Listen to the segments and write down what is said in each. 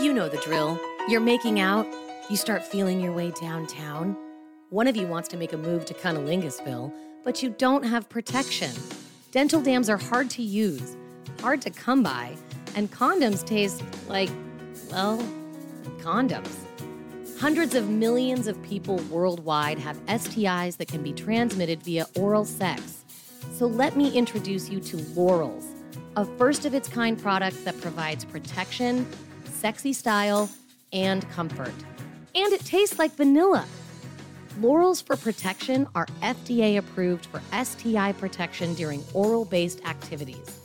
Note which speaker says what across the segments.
Speaker 1: You know the drill. You're making out, you start feeling your way downtown. One of you wants to make a move to Cunnilingus but you don't have protection. Dental dams are hard to use, hard to come by, and condoms taste like, well, condoms. Hundreds of millions of people worldwide have STIs that can be transmitted via oral sex. So let me introduce you to Laurels, a first of its kind product that provides protection, sexy style, and comfort. And it tastes like vanilla. Laurels for Protection are FDA approved for STI protection during oral based activities.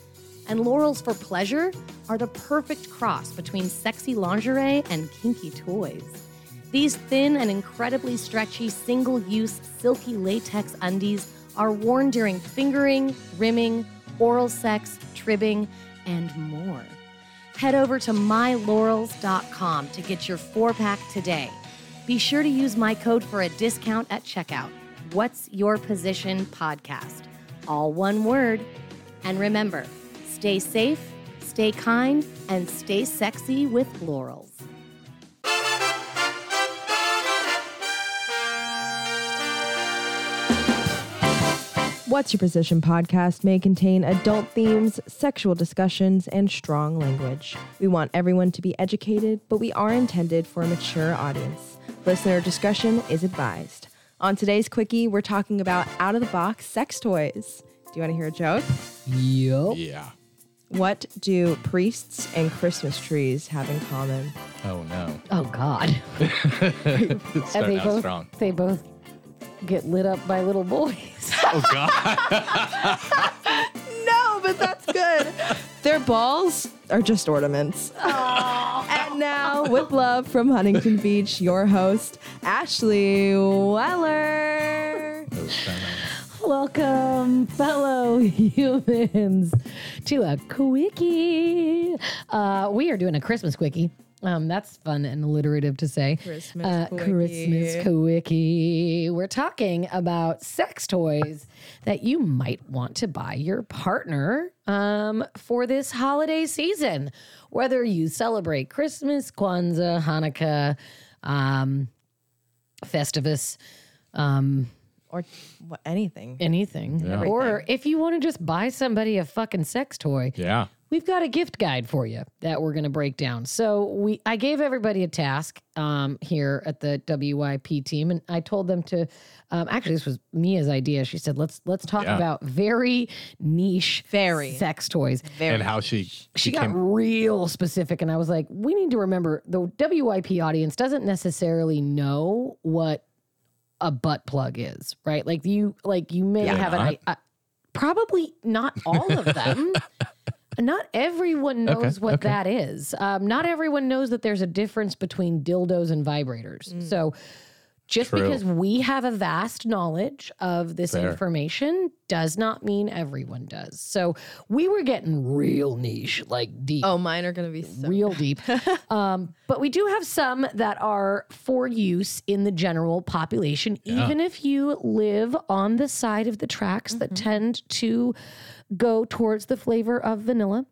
Speaker 1: And Laurels for Pleasure are the perfect cross between sexy lingerie and kinky toys. These thin and incredibly stretchy single use silky latex undies are worn during fingering, rimming, oral sex, tribbing, and more. Head over to mylaurels.com to get your four pack today. Be sure to use my code for a discount at checkout. What's Your Position Podcast? All one word. And remember, stay safe, stay kind, and stay sexy with Laurels.
Speaker 2: What's Your Position podcast may contain adult themes, sexual discussions, and strong language. We want everyone to be educated, but we are intended for a mature audience. Listener discretion is advised. On today's quickie, we're talking about out of the box sex toys. Do you want to hear a joke?
Speaker 3: Yup.
Speaker 4: Yeah.
Speaker 2: What do priests and Christmas trees have in common?
Speaker 4: Oh no.
Speaker 1: Oh, God.
Speaker 4: It's starting out
Speaker 5: both,
Speaker 4: strong.
Speaker 5: They both get lit up by little boys.
Speaker 4: Oh god.
Speaker 2: No, but that's good. Their balls are just ornaments. And now, with love from Huntington Beach, your host, Ashley Weller.
Speaker 5: Welcome, fellow humans, to a quickie. Uh, we are doing a Christmas quickie. Um, that's fun and alliterative to say.
Speaker 2: Christmas
Speaker 5: uh,
Speaker 2: quickie.
Speaker 5: Christmas quickie. We're talking about sex toys that you might want to buy your partner um, for this holiday season, whether you celebrate Christmas, Kwanzaa, Hanukkah, um, Festivus. Um,
Speaker 2: Or what, anything.
Speaker 5: anything. Or if you want to just buy somebody a fucking sex toy,
Speaker 4: Yeah.
Speaker 5: we've got a gift guide for you that we're going to break down. So we, I gave everybody a task um, here at the WYP team, and I told them to. Um, actually, this was Mia's idea. She said, "Let's let's talk
Speaker 4: Yeah.
Speaker 5: about very niche,
Speaker 2: Very.
Speaker 5: sex toys."
Speaker 4: And how she
Speaker 5: she got
Speaker 4: became
Speaker 5: real specific and i was like we need to remember the wyp audience doesn't necessarily know what a butt plug is right like you like you may
Speaker 4: they
Speaker 5: have an I, I- probably not all of them not everyone knows
Speaker 4: Okay,
Speaker 5: what
Speaker 4: okay.
Speaker 5: that is um, not everyone knows that there's a difference between dildos and vibrators so just
Speaker 4: Mm. True.
Speaker 5: because we have a vast knowledge of this
Speaker 4: Fair.
Speaker 5: information does not mean everyone does. So we were getting real niche, like deep,
Speaker 2: Oh, mine are going to be so.
Speaker 5: real deep. um, but we do have some that are for use in the general population, even if you live on the side of the tracks that tend to go towards the flavor of vanilla.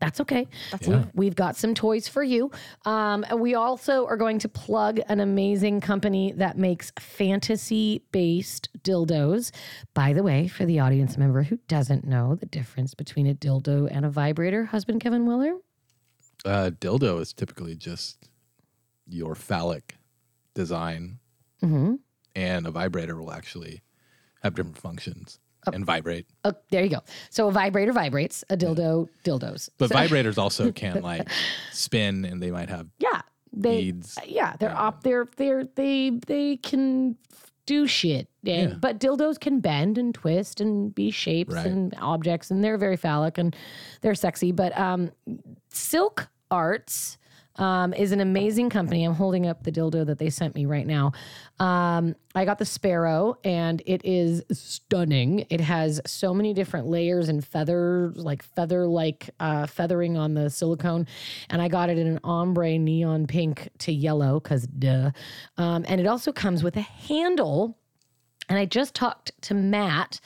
Speaker 5: That's okay. We've, we've got some toys for you. Um, and we also are going to plug an amazing company that makes fantasy based dildos. By the way, for the audience member who doesn't know the difference between a dildo and a vibrator, husband Kevin Willer?
Speaker 4: uh, dildo is typically just your phallic design,
Speaker 5: Mm-hmm.
Speaker 4: and a vibrator will actually have different functions and vibrate.
Speaker 5: Oh, there you go. So a vibrator vibrates, a dildo dildos. uh,
Speaker 4: But vibrators also can like spin, and they might have
Speaker 5: Yeah, they. uh,
Speaker 4: beads.
Speaker 5: Yeah, they're
Speaker 4: Yeah.
Speaker 5: up. They're they're they they can do shit. And,
Speaker 4: Yeah.
Speaker 5: But dildos can bend and twist and be shapes
Speaker 4: Right.
Speaker 5: and objects, and they're very phallic and they're sexy. But um, Silk Arts. Um, is an amazing company. I'm holding up the dildo that they sent me right now. Um, I got the Sparrow and it is stunning. It has so many different layers and feathers, like feather like uh, feathering on the silicone. And I got it in an ombre neon pink to yellow because duh. Um, and it also comes with a handle. And I just talked to Matt,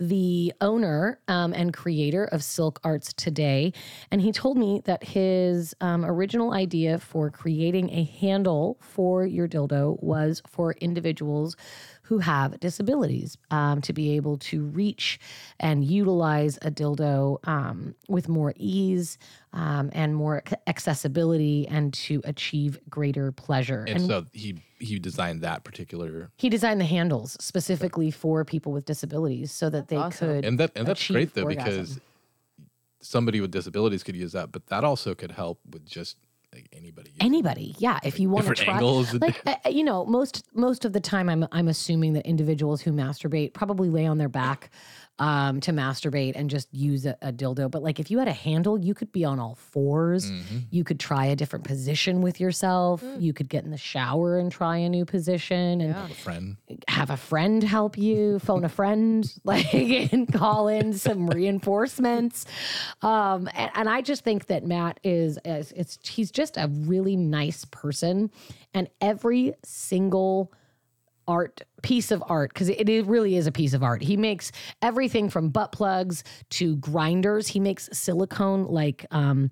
Speaker 5: the owner um, and creator of Silk Arts Today. And he told me that his um, original idea for creating a handle for your dildo was for individuals who have disabilities um, to be able to reach and utilize a dildo um, with more ease um, and more ac- accessibility and to achieve greater pleasure.
Speaker 4: And so he he designed that particular
Speaker 5: He designed the handles specifically for people with disabilities so that they could.
Speaker 4: and that and that's
Speaker 5: achieve
Speaker 4: great though
Speaker 5: orgasm.
Speaker 4: because somebody with disabilities could use that, but that also could help with just like anybody. using
Speaker 5: anybody yeah if you want to
Speaker 4: different
Speaker 5: try
Speaker 4: angles.
Speaker 5: like uh, uh, you know most most of the time i'm i'm assuming that individuals who masturbate probably lay on their back um to masturbate and just use a, a dildo but like if you had a handle you could be on all 4s
Speaker 4: Mm-hmm.
Speaker 5: you could try a different position with yourself you could get in the shower and try a new position and
Speaker 4: a friend.
Speaker 5: have a friend help you, phone a friend, like and call in some reinforcements. Um, and, and I just think that Matt is, is it's he's just a really nice person, and every single art piece of art because it, it really is a piece of art he makes everything from butt plugs to grinders he makes silicone like um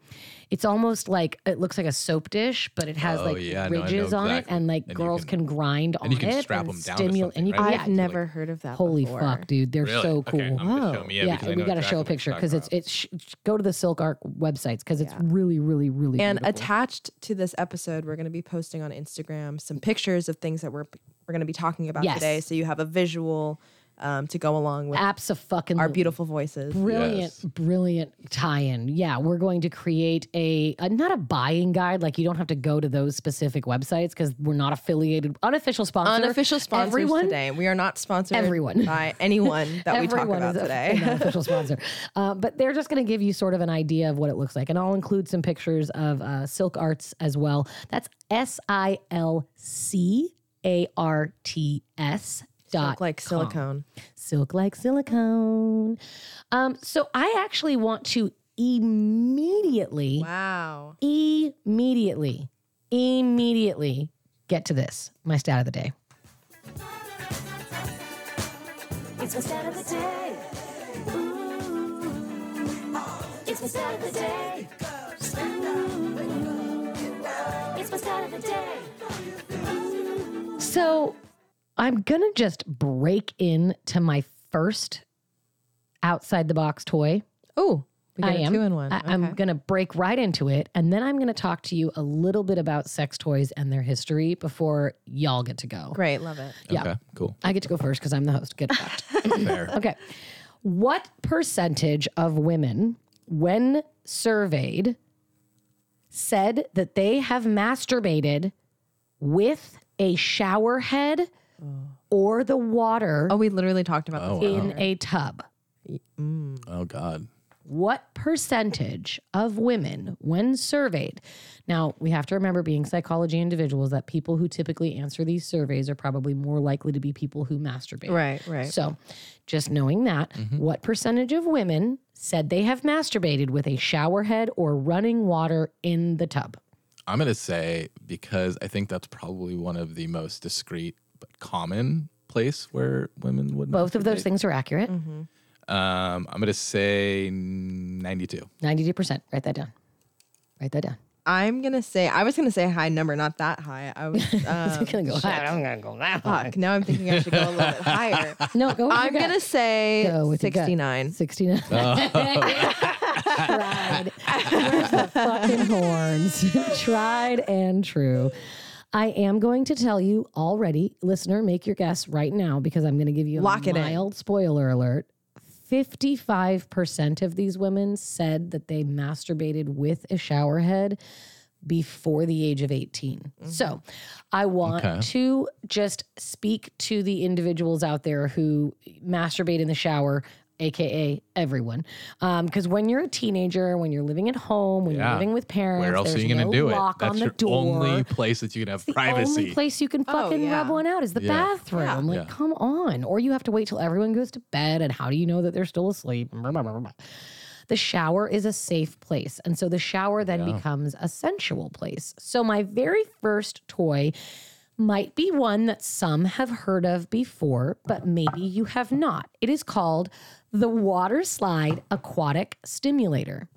Speaker 5: it's almost like it looks like a soap dish but it has
Speaker 4: Oh,
Speaker 5: like
Speaker 4: yeah, no, I know
Speaker 5: ridges on it
Speaker 4: exactly.
Speaker 5: and like
Speaker 4: And you
Speaker 5: girls
Speaker 4: can-
Speaker 5: can, grind on
Speaker 4: and you can
Speaker 5: it
Speaker 4: strap
Speaker 5: and
Speaker 4: 'em down to
Speaker 5: stimul-
Speaker 4: something,
Speaker 5: and you can,
Speaker 4: right?
Speaker 5: yeah,
Speaker 2: I've never heard of that.
Speaker 5: Holy
Speaker 2: before.
Speaker 5: fuck, dude! They're
Speaker 4: Really?
Speaker 5: so
Speaker 4: Okay,
Speaker 5: cool.
Speaker 4: I'm gonna show 'em. Yeah, because I
Speaker 5: we
Speaker 4: know
Speaker 5: got to
Speaker 4: exactly
Speaker 5: show a
Speaker 4: what you're
Speaker 5: picture because it's
Speaker 4: talking
Speaker 5: it's sh- sh- go to the Silk Arc websites because it's really really really
Speaker 2: And
Speaker 5: beautiful.
Speaker 2: attached to this episode, we're going to be posting on Instagram some pictures of things that we're we're going to be talking about
Speaker 5: Yes.
Speaker 2: today, so you have a visual um, to go along with
Speaker 5: Apps fucking
Speaker 2: our beautiful voices.
Speaker 5: brilliant
Speaker 4: Yes.
Speaker 5: brilliant tie-in yeah we're going to create a, a not a buying guide like you don't have to go to those specific websites because we're not affiliated unofficial sponsor
Speaker 2: Unofficial sponsors
Speaker 5: everyone
Speaker 2: today. We are not sponsored
Speaker 5: Everyone.
Speaker 2: by anyone that we talk
Speaker 5: Everyone
Speaker 2: about
Speaker 5: is a
Speaker 2: today.
Speaker 5: fucking unofficial sponsor. Uh, but they're just going to give you sort of an idea of what it looks like. And I'll include some pictures of uh, Silk Arts as well. That's S I L C A R T S dot
Speaker 2: Look like silicone.
Speaker 5: silk like silicone. Um, so I actually want to immediately,
Speaker 2: Wow.
Speaker 5: immediately, immediately get to this my stat of the day.
Speaker 3: It's my stat of the day. Ooh. It's my stat of the day. Ooh. It's my stat of the day.
Speaker 5: So I'm going to just break in to my first outside the box toy.
Speaker 2: Oh, we got
Speaker 5: I
Speaker 2: a
Speaker 5: am.
Speaker 2: two in one.
Speaker 5: I, am
Speaker 2: Okay.
Speaker 5: going to break right into it. And then I'm going to talk to you a little bit about sex toys and their history before y'all get to go.
Speaker 2: Great, love it.
Speaker 5: Yeah.
Speaker 4: Okay, cool.
Speaker 5: I get to go first because I'm the host. Get fucked.
Speaker 4: Fair.
Speaker 5: okay. What percentage of women, when surveyed, said that they have masturbated with a shower head or the water
Speaker 2: Oh, we literally talked about
Speaker 4: Oh,
Speaker 2: this.
Speaker 4: wow.
Speaker 5: in a tub?
Speaker 4: Oh God.
Speaker 5: What percentage of women, when surveyed, now we have to remember being psychology individuals that people who typically answer these surveys are probably more likely to be people who masturbate.
Speaker 2: Right, right.
Speaker 5: So, just knowing that, what percentage of women said they have masturbated with a shower head or running water in the tub?
Speaker 4: I'm gonna say because I think that's probably one of the most discreet but common place where women would
Speaker 5: Both of those things are accurate.
Speaker 2: Mm-hmm.
Speaker 4: Um, I'm gonna say 92.
Speaker 5: 92%. Write that down. Write that down.
Speaker 2: I'm gonna say I was gonna say a high number, not that high. I was um,
Speaker 5: I'm going to go, I'm going to go that high.
Speaker 2: fuck. Now I'm thinking I should go a little bit higher.
Speaker 5: No, go with
Speaker 2: I'm
Speaker 5: your gut.
Speaker 2: gonna say
Speaker 5: Go with your gut.
Speaker 2: 69.
Speaker 5: 69. Tried. Where's the fucking horns? Tried and true. I am going to tell you already, listener, make your guess right now because I'm going to give you a
Speaker 2: Lock it in.
Speaker 5: mild spoiler alert. 55% of these women said that they masturbated with a shower head before the age of 18. So I want
Speaker 4: Okay.
Speaker 5: to just speak to the individuals out there who masturbate in the shower, AKA everyone. Because when you're a teenager, when you're living at home, when you're
Speaker 4: Yeah.
Speaker 5: living with parents,
Speaker 4: Where else are
Speaker 5: there's
Speaker 4: you gonna
Speaker 5: no
Speaker 4: do it?
Speaker 5: lock
Speaker 4: That's
Speaker 5: on the
Speaker 4: your
Speaker 5: door.
Speaker 4: only place that you can have
Speaker 5: the only
Speaker 4: privacy.
Speaker 5: place you can fucking
Speaker 2: yeah.
Speaker 5: rub one out is the
Speaker 4: Yeah.
Speaker 5: bathroom. Like,
Speaker 4: Yeah.
Speaker 5: come on. Or you have to wait till everyone goes to bed. And how do you know that they're still asleep? The shower is a safe place. And so the shower then becomes a sensual place. So, my very first toy might be one that some have heard of before, but maybe you have not. It is called the Water Slide Aquatic Stimulator.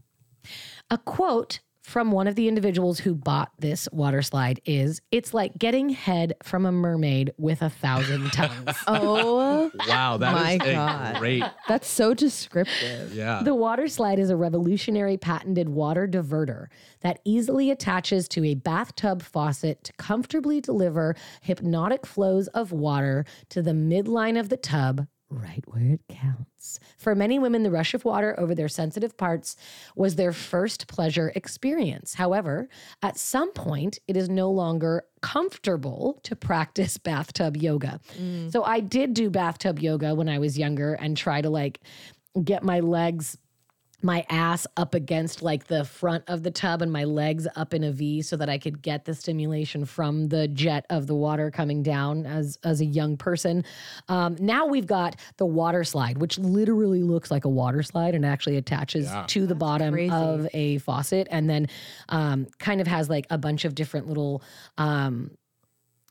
Speaker 5: A quote from one of the individuals who bought this water slide is It's like getting head from a mermaid with a thousand tongues.
Speaker 2: Oh,
Speaker 4: Wow, that
Speaker 2: My
Speaker 4: is a
Speaker 2: God.
Speaker 4: great.
Speaker 2: that's so descriptive.
Speaker 4: Yeah.
Speaker 5: The water slide is a revolutionary patented water diverter that easily attaches to a bathtub faucet to comfortably deliver hypnotic flows of water to the midline of the tub, right where it counts. For many women, the rush of water over their sensitive parts was their first pleasure experience. However, at some point, it is no longer comfortable to practice bathtub yoga. So I did do bathtub yoga when I was younger and try to like get my legs my ass up against like the front of the tub and my legs up in a V so that I could get the stimulation from the jet of the water coming down as as a young person. Um, now we've got the water slide, which literally looks like a water slide and actually attaches to the bottom
Speaker 2: crazy.
Speaker 5: of a faucet and then um, kind of has like a bunch of different little um,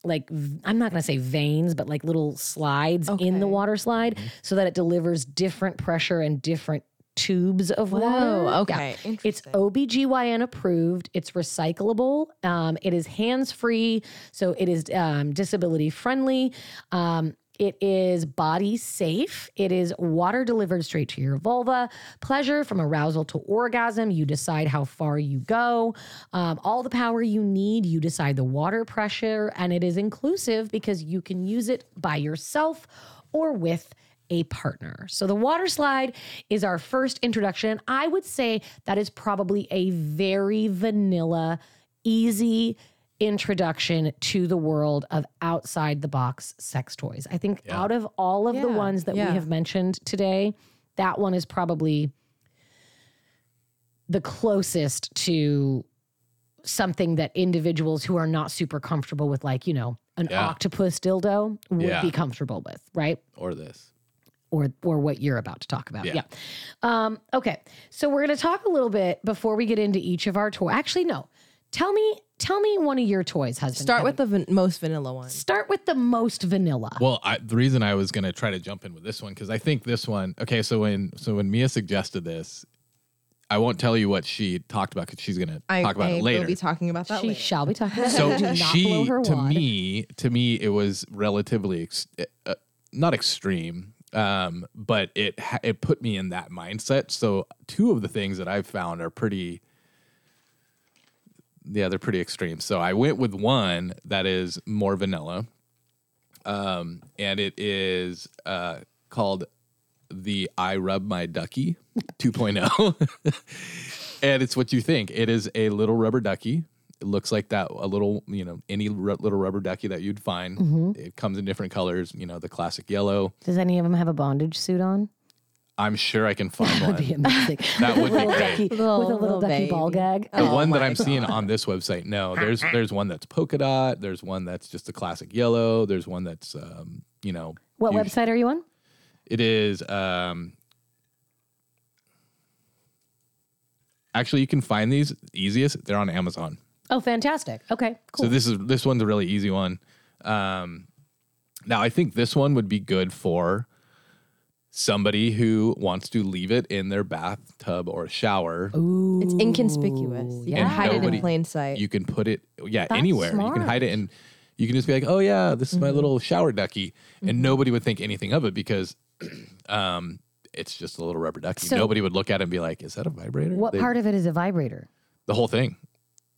Speaker 5: like v- I'm not going to say veins, but like little slides in
Speaker 2: Okay.
Speaker 5: the water slide so that it delivers different pressure and different tubes of water. Yeah.
Speaker 2: Whoa, okay.
Speaker 5: It's
Speaker 2: Interesting.
Speaker 5: OBGYN approved. It's recyclable. Um, it is hands free. So it is um, disability friendly. Um, it is body safe. It is water delivered straight to your vulva. Pleasure from arousal to orgasm. You decide how far you go. Um, all the power you need. You decide the water pressure. And it is inclusive because you can use it by yourself or with a partner. So the water slide is our first introduction. I would say that is probably a very vanilla, easy introduction to the world of outside the box sex toys. I think out of all of the
Speaker 2: Yeah,
Speaker 5: ones that
Speaker 2: yeah.
Speaker 5: we have mentioned today, that one is probably the closest to something that individuals who are not super comfortable with like, you know, an
Speaker 4: Yeah.
Speaker 5: octopus dildo would
Speaker 4: Yeah.
Speaker 5: be comfortable with, right?
Speaker 4: Or this.
Speaker 5: or or what you're about to talk about.
Speaker 4: Yeah.
Speaker 5: Yeah. Um, okay. So we're going to talk a little bit before we get into each of our toys. Actually, no. Tell me, tell me one of your toys, husband.
Speaker 2: Start
Speaker 5: Kevin.
Speaker 2: with the van- most vanilla one.
Speaker 5: start with the most vanilla.
Speaker 4: Well, I, the reason I was gonna try to jump in with this one because I think this one. Okay, so when so when Mia suggested this, I won't tell you what she talked about because she's gonna
Speaker 2: I,
Speaker 4: talk about
Speaker 2: I
Speaker 4: it later.
Speaker 2: will be talking about that
Speaker 5: she
Speaker 2: later.
Speaker 5: shall be talking. About
Speaker 4: so
Speaker 5: it. Do not blow
Speaker 4: she
Speaker 5: her
Speaker 4: to
Speaker 5: wad.
Speaker 4: me to me it was relatively ex- uh, not extreme um but it ha- it put me in that mindset so two of the things that i've found are pretty yeah they're pretty extreme so i went with one that is more vanilla um and it is uh called the i rub my ducky oh. 2.0 and it's what you think. It is a little rubber ducky. It looks like that a little, you know, any ru- little rubber ducky that you'd find.
Speaker 5: Mm-hmm.
Speaker 4: It comes in different colors. You know, the classic yellow.
Speaker 5: Does any of them have a bondage suit on?
Speaker 4: I'm sure I can find one.
Speaker 5: Be amazing.
Speaker 4: That
Speaker 5: with
Speaker 4: would
Speaker 5: a
Speaker 4: be
Speaker 5: little
Speaker 4: great. Oh,
Speaker 5: ducky, with a
Speaker 2: Little-
Speaker 5: little,
Speaker 2: little
Speaker 5: ducky ball
Speaker 2: baby.
Speaker 5: gag.
Speaker 4: The one that I'm seeing on this website, no, there's there's one that's polka dot. There's one that's just a classic yellow. There's one that's, um, you know,
Speaker 5: What
Speaker 4: usu-
Speaker 5: website are you on?
Speaker 4: It is. Um, actually, you can find these easiest. They're on Amazon.
Speaker 5: Oh, fantastic. Okay, cool.
Speaker 4: So this is this one's a really easy one. Um, now I think this one would be good for somebody who wants to leave it in their bathtub or shower.
Speaker 2: It's inconspicuous. You
Speaker 5: yeah.
Speaker 2: can
Speaker 5: And
Speaker 2: hide it
Speaker 4: nobody-
Speaker 2: in plain sight.
Speaker 4: You can put it yeah
Speaker 5: That's
Speaker 4: anywhere. You can
Speaker 5: smart. Mm-hmm.
Speaker 4: hide it and you can just be like, oh yeah, this is my little shower ducky, and nobody would think anything of it because. um, it's just a little rubber ducky.
Speaker 5: So-
Speaker 4: Nobody would look at it and be like, "Is that a vibrator?"
Speaker 5: what
Speaker 4: They-
Speaker 5: part of it is a vibrator?
Speaker 4: The whole thing.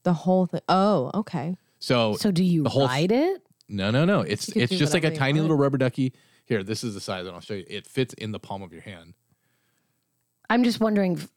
Speaker 2: the whole thing. Oh, okay.
Speaker 4: So,
Speaker 5: So do you
Speaker 4: the whole
Speaker 5: ride it?
Speaker 4: No, no, no. It's
Speaker 2: could
Speaker 4: it's
Speaker 2: do
Speaker 4: just like a
Speaker 2: whatever you
Speaker 4: tiny
Speaker 2: want.
Speaker 4: little rubber ducky. Here, this is the size, and I'll show you. It fits in the palm of your hand.
Speaker 5: I'm just wondering, f-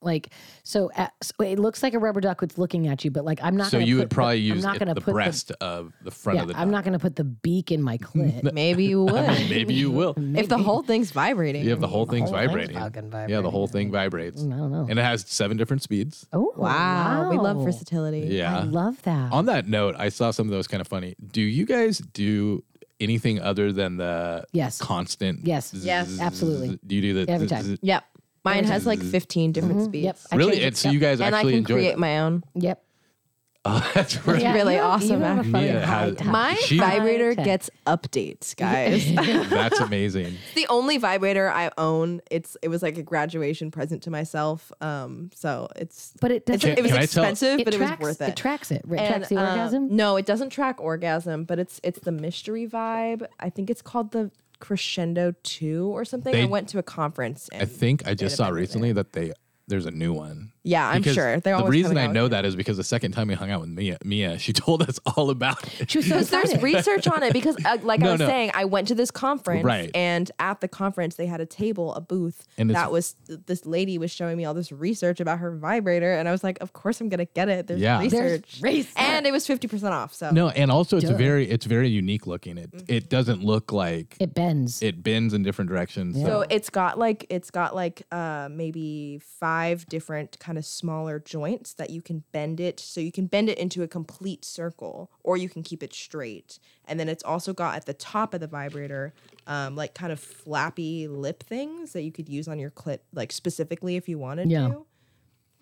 Speaker 5: like, so, uh, so it looks like a rubber duck that's looking at you, but like, I'm not.
Speaker 4: So
Speaker 5: gonna
Speaker 4: you
Speaker 5: put
Speaker 4: would probably
Speaker 5: the, I'm
Speaker 4: use
Speaker 5: not
Speaker 4: it-
Speaker 5: gonna
Speaker 4: the
Speaker 5: put
Speaker 4: breast of the front
Speaker 5: yeah,
Speaker 4: of the.
Speaker 5: I'm not going to put the beak in my clit.
Speaker 2: Maybe you would.
Speaker 4: duck. Maybe you will.
Speaker 2: if the whole thing's vibrating.
Speaker 4: You have the whole thing's
Speaker 5: whole thing's
Speaker 4: vibrating.
Speaker 5: fucking
Speaker 4: Yeah, the
Speaker 5: vibrating,
Speaker 4: whole thing vibrates,
Speaker 5: I don't know.
Speaker 4: and it has seven different speeds.
Speaker 5: oh
Speaker 2: wow. We love
Speaker 5: wow.
Speaker 2: versatility.
Speaker 4: Yeah.
Speaker 5: I love that.
Speaker 4: Uh, On that note, I saw something that was kind of funny. Do you guys do anything other than the
Speaker 5: Yes.
Speaker 4: constant?
Speaker 5: Yes.
Speaker 4: zzz-
Speaker 5: Yes, absolutely.
Speaker 4: Do you do the
Speaker 5: Every
Speaker 4: zzz-
Speaker 5: time.
Speaker 4: zzz-
Speaker 2: Yep. Mine has like 15 different speeds.
Speaker 5: Mm-hmm. yep. I
Speaker 4: Really,
Speaker 5: change it.
Speaker 4: and so you guys
Speaker 2: And I
Speaker 4: actually
Speaker 2: can
Speaker 4: enjoy.
Speaker 2: create
Speaker 4: it.
Speaker 2: my own.
Speaker 5: Yep.
Speaker 4: Oh, that's right.
Speaker 2: Yeah. really
Speaker 5: you-
Speaker 2: awesome,
Speaker 5: you have a
Speaker 2: actually.
Speaker 5: fucking
Speaker 4: Yeah,
Speaker 5: high
Speaker 4: has-
Speaker 5: tech.
Speaker 2: My
Speaker 4: She-
Speaker 2: vibrator
Speaker 5: High-tech.
Speaker 2: gets updates, guys.
Speaker 4: That's amazing.
Speaker 2: the only vibrator I own. It's it was like a graduation present to myself. Um, so it's
Speaker 5: but it
Speaker 2: it's,
Speaker 5: doesn't.
Speaker 2: it was
Speaker 4: Can I tell-
Speaker 2: expensive, but
Speaker 5: tracks,
Speaker 2: it was worth it.
Speaker 5: tracks it. It
Speaker 2: And,
Speaker 5: tracks the
Speaker 2: um,
Speaker 5: orgasm.
Speaker 2: No, it doesn't track orgasm, but it's it's the mystery vibe. I think it's called the Crescendo Two or something. I
Speaker 4: They-
Speaker 2: went to a conference. And
Speaker 4: I think I just saw
Speaker 2: been with
Speaker 4: recently that they there's a new one.
Speaker 2: Yeah, I'm
Speaker 4: Because
Speaker 2: sure. They're
Speaker 4: the
Speaker 2: always
Speaker 4: reason
Speaker 2: coming
Speaker 4: I
Speaker 2: out
Speaker 4: know
Speaker 2: with
Speaker 4: that is because the second time we hung out with Mia, Mia, she told us all about it.
Speaker 5: She was so
Speaker 2: Because there's
Speaker 5: excited.
Speaker 2: research on it. Because, uh, like I
Speaker 4: No,
Speaker 2: was
Speaker 4: no.
Speaker 2: saying, I went to this conference,
Speaker 4: Right.
Speaker 2: and at the conference they had a table, a booth,
Speaker 4: And it's-
Speaker 2: that was this lady was showing me all this research about her vibrator, and I was like, "Of course, I'm gonna get it." There's
Speaker 4: Yeah. There's
Speaker 2: research,
Speaker 5: research.
Speaker 2: and it was fifty percent off. So
Speaker 4: No, and also it's
Speaker 5: Duh.
Speaker 4: very it's very unique looking. It
Speaker 2: Mm-hmm.
Speaker 4: it doesn't look like it,
Speaker 5: It bends.
Speaker 4: bends in different directions.
Speaker 2: So
Speaker 4: So
Speaker 2: it's got like it's got like uh, maybe five different kind of smaller joints that you can bend it. So you can bend it into a complete circle, or you can keep it straight. And then it's also got at the top of the vibrator, um, like kind of flappy lip things that you could use on your clit, like specifically if you wanted
Speaker 5: Yeah.
Speaker 2: to.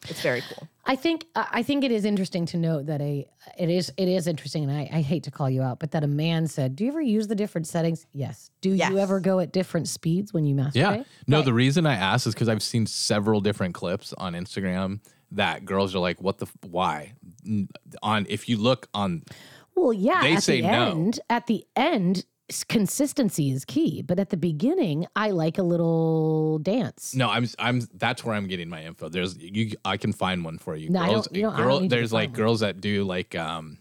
Speaker 2: It's very cool.
Speaker 5: I think I I think it is interesting to note that a it is it is interesting, and I, I hate to call you out, but that a man said, "Do you ever use the different settings?" Yes. Do
Speaker 2: Yes.
Speaker 5: you ever go at different speeds when you masturbate?
Speaker 4: yeah. No, the reason I asked is because I've seen several different clips on Instagram that girls are like, "What the f- why?" N- On if you look on,
Speaker 5: Well, yeah.
Speaker 4: They
Speaker 5: at
Speaker 4: say
Speaker 5: the
Speaker 4: no.
Speaker 5: end, at the end, s- consistency is key. But at the beginning, I like a little
Speaker 2: Mm,
Speaker 5: dance.
Speaker 4: no, I'm I'm that's where I'm getting my info. There's you, I can find one for you.
Speaker 5: No, I don't-
Speaker 4: girls,
Speaker 5: you don't- I don't
Speaker 4: girl,
Speaker 5: need you to
Speaker 4: there's
Speaker 5: find
Speaker 4: like
Speaker 5: one.
Speaker 4: girls that do like um.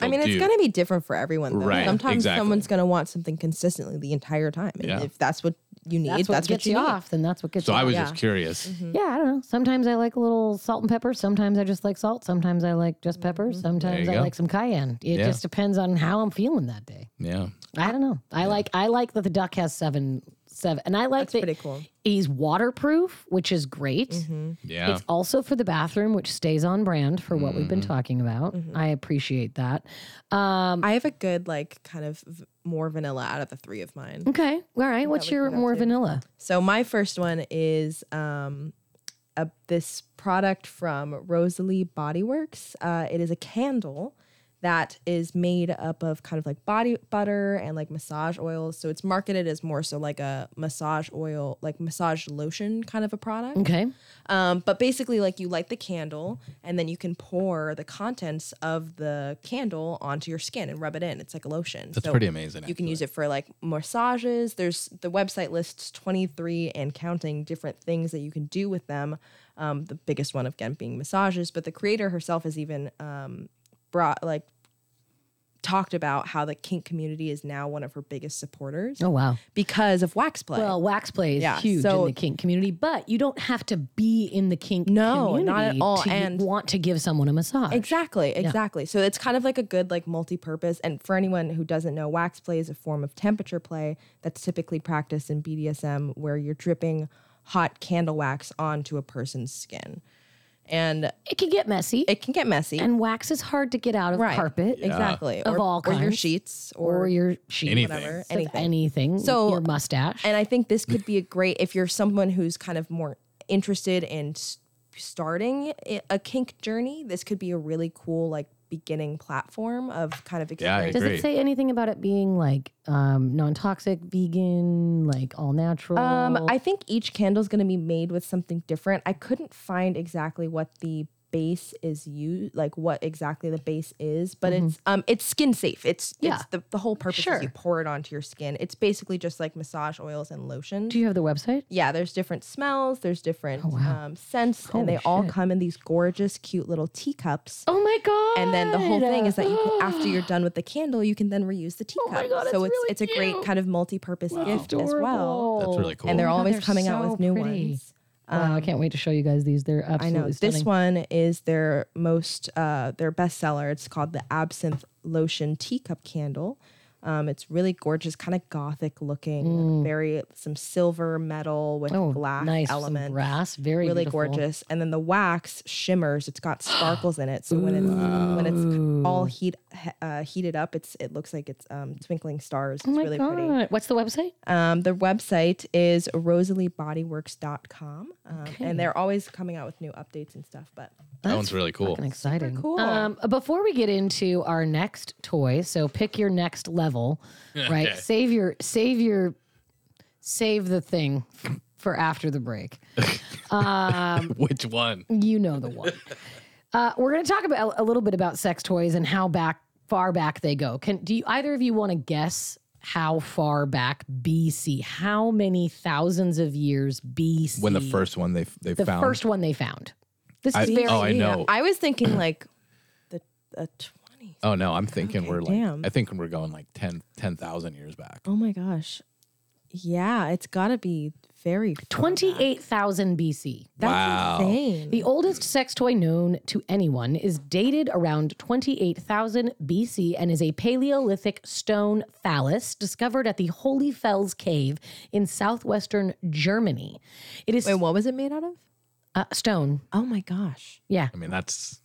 Speaker 2: I mean,
Speaker 4: they'll
Speaker 2: it's
Speaker 4: do-
Speaker 2: going to be different for everyone. Though.
Speaker 4: Right,
Speaker 2: Sometimes
Speaker 4: exactly.
Speaker 2: someone's going to want something consistently the entire time, and
Speaker 4: Yeah.
Speaker 2: if that's what you need,
Speaker 5: That's
Speaker 2: that's
Speaker 5: what
Speaker 2: what,
Speaker 5: gets
Speaker 2: you,
Speaker 5: you,
Speaker 2: need.
Speaker 5: off. Then that's what gets
Speaker 4: So
Speaker 5: you.
Speaker 4: I
Speaker 5: off.
Speaker 4: was just curious.
Speaker 5: Yeah, Mm-hmm. I don't know. Sometimes I like a little salt and pepper. Sometimes I just like salt. Sometimes I like just pepper.
Speaker 2: Mm-hmm.
Speaker 5: Sometimes
Speaker 4: you
Speaker 5: I
Speaker 4: go.
Speaker 5: like some cayenne. It
Speaker 4: Yeah.
Speaker 5: just depends on how I'm feeling that day.
Speaker 4: Yeah.
Speaker 5: I don't know. I like I like that the duck has seven seven, and I like that
Speaker 2: pretty Mm-hmm. cool.
Speaker 5: he's waterproof, which is great.
Speaker 4: Yeah.
Speaker 5: It's also for the bathroom, which stays on brand for what we've been talking about.
Speaker 2: Mm-hmm.
Speaker 5: I appreciate that. Um,
Speaker 2: I have a good like kind of v- more vanilla out of the three of mine.
Speaker 5: okay, all right. What's your more vanilla?
Speaker 2: So my first one is um, a, this product from Rosalie Body Works. Uh, it is a candle that is made up of kind of like body butter and like massage oils. So it's marketed as more so like a massage oil, like massage lotion kind of a product.
Speaker 5: Okay,
Speaker 2: Um, but basically, like you light the candle, and then you can pour the contents of the candle onto your skin and rub it in. It's like a lotion.
Speaker 4: That's pretty amazing,
Speaker 2: You can use it for like massages. There's the website lists 23 and counting different things that you can do with them. Um, the biggest one again being massages, but the creator herself has even um, brought like talked about how the kink community is now one of her biggest supporters
Speaker 5: Oh, wow.
Speaker 2: because of wax play.
Speaker 5: Well, wax play is
Speaker 2: Yeah,
Speaker 5: huge
Speaker 2: so-
Speaker 5: in the kink community, but you don't have to be in the kink
Speaker 2: No,
Speaker 5: community
Speaker 2: not at all,
Speaker 5: to
Speaker 2: and-
Speaker 5: want to give someone a massage.
Speaker 2: Exactly, exactly. So it's kind of like a good like multi-purpose. And for anyone who doesn't know, wax play is a form of temperature play that's typically practiced in BDSM, where you're dripping hot candle wax onto a person's skin, and
Speaker 5: It can get messy,
Speaker 2: it can get messy.
Speaker 5: and wax is hard to get out of
Speaker 2: Right.
Speaker 5: carpet
Speaker 2: exactly,
Speaker 5: Of
Speaker 2: or,
Speaker 5: all
Speaker 2: or your
Speaker 5: kinds.
Speaker 2: sheets, or,
Speaker 5: or your sheet,
Speaker 4: Anything.
Speaker 2: whatever,
Speaker 5: Of
Speaker 2: anything.
Speaker 5: anything.
Speaker 2: So-
Speaker 5: your mustache.
Speaker 2: And I think this could be a great if you're someone who's kind of more interested in s- starting i- a kink journey. This could be a really cool like beginning platform of kind of
Speaker 4: Yeah, I
Speaker 2: experience.
Speaker 5: Does
Speaker 4: Great.
Speaker 5: it say anything about it being like um, non toxic, vegan, like all natural?
Speaker 2: Um, I think each candle's going to be made with something different. I couldn't find exactly what the base is used, like what exactly the base is, but it's um, it's skin safe. It's
Speaker 5: Mm-hmm. Yeah.
Speaker 2: it's the, the whole purpose is
Speaker 5: Sure.
Speaker 2: you pour it onto your skin. It's basically just like massage oils and lotions.
Speaker 5: Do you have the website?
Speaker 2: yeah, there's different smells, there's different
Speaker 5: wow.
Speaker 2: um, scents, and they all
Speaker 5: shit.
Speaker 2: come in these gorgeous, cute little teacups.
Speaker 5: Oh my god!
Speaker 2: And then the whole thing is that you can, after you're done with the candle, you can then reuse the teacup.
Speaker 5: Oh God, that's
Speaker 2: so it's
Speaker 5: really
Speaker 2: it's a great
Speaker 5: cute.
Speaker 2: kind of multi-purpose gift as well
Speaker 4: That's really cool.
Speaker 2: and Oh, they're
Speaker 5: God,
Speaker 2: always
Speaker 5: they're
Speaker 2: coming out
Speaker 5: so
Speaker 2: with new
Speaker 5: pretty.
Speaker 2: ones.
Speaker 5: wow, Oh, I can't wait to show you guys these. They're
Speaker 2: I
Speaker 5: absolutely
Speaker 2: know
Speaker 5: stunning.
Speaker 2: this one is their most uh, their bestseller. It's called the Absinthe Lotion Teacup Candle. Um, it's really gorgeous, kind of gothic looking, very some silver metal with
Speaker 5: Oh,
Speaker 2: black
Speaker 5: nice. Some
Speaker 2: elements.
Speaker 5: brass. Very
Speaker 2: really
Speaker 5: beautiful.
Speaker 2: gorgeous. And then the wax shimmers. It's got sparkles in it. So when it's when it's all heat he- uh, heated up, it's it looks like it's um, twinkling stars. It's
Speaker 5: Oh my
Speaker 2: really
Speaker 5: God.
Speaker 2: pretty.
Speaker 5: What's the website?
Speaker 2: Um, their website is rosaliebodyworks.com. Um, And they're always coming out with new updates and stuff. But
Speaker 4: that one's really cool.
Speaker 5: Fucking exciting.
Speaker 2: cool.
Speaker 5: Um, before we get into our next toy, so pick your next level, right? Save your save your save the thing for after the break.
Speaker 4: Which one?
Speaker 5: You know the one. Uh, we're going to talk about a little bit about sex toys and how back far back they go. Can do you, either of you want to guess how far back BC? How many thousands of years BC?
Speaker 4: When the first one they they
Speaker 5: the
Speaker 4: found.
Speaker 5: first one they found. This is
Speaker 4: I-
Speaker 5: very
Speaker 4: oh, I
Speaker 5: neat.
Speaker 4: know.
Speaker 2: I was thinking like the uh, 20s.
Speaker 4: Oh no, I'm thinking we're like
Speaker 2: damn.
Speaker 4: I think we're going like 10 10,000 years back.
Speaker 2: Oh my gosh. Yeah, it's got to be very. far back.
Speaker 5: 28,000 BC.
Speaker 2: That's
Speaker 4: Wow.
Speaker 2: insane.
Speaker 5: The oldest sex toy known to anyone is dated around 28,000 BC and is a Paleolithic stone phallus discovered at the Holy Fells Cave in southwestern Germany. It is
Speaker 2: Wait, what was it made out of?
Speaker 5: uh, stone.
Speaker 2: Oh my gosh.
Speaker 5: Yeah.
Speaker 4: I mean, that's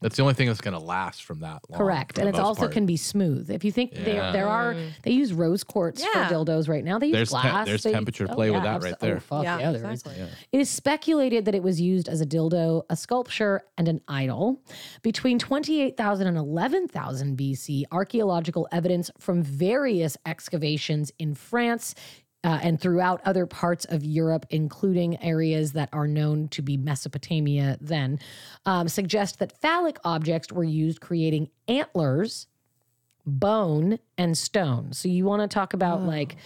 Speaker 4: that's the only thing that's going to last from that long.
Speaker 5: Correct.
Speaker 4: for
Speaker 5: And
Speaker 4: the
Speaker 5: it's
Speaker 4: most
Speaker 5: also
Speaker 4: part.
Speaker 5: can be smooth. If you think there there are they use rose quartz
Speaker 2: Yeah.
Speaker 5: for dildos right now. They use
Speaker 4: There's te-
Speaker 5: glass.
Speaker 4: there's
Speaker 5: They-
Speaker 4: temperature play with that
Speaker 5: abso-
Speaker 4: right there.
Speaker 5: Oh, fuck yeah, there is.
Speaker 2: exactly.
Speaker 5: It is speculated that it was used as a dildo, a sculpture, and an idol. Between 28,000 and 11,000 BC, archaeological evidence from various excavations in France uh, and throughout other parts of Europe, including areas that are known to be Mesopotamia then, um, suggest that phallic objects were used creating antlers, bone, and stone. So you want to talk about like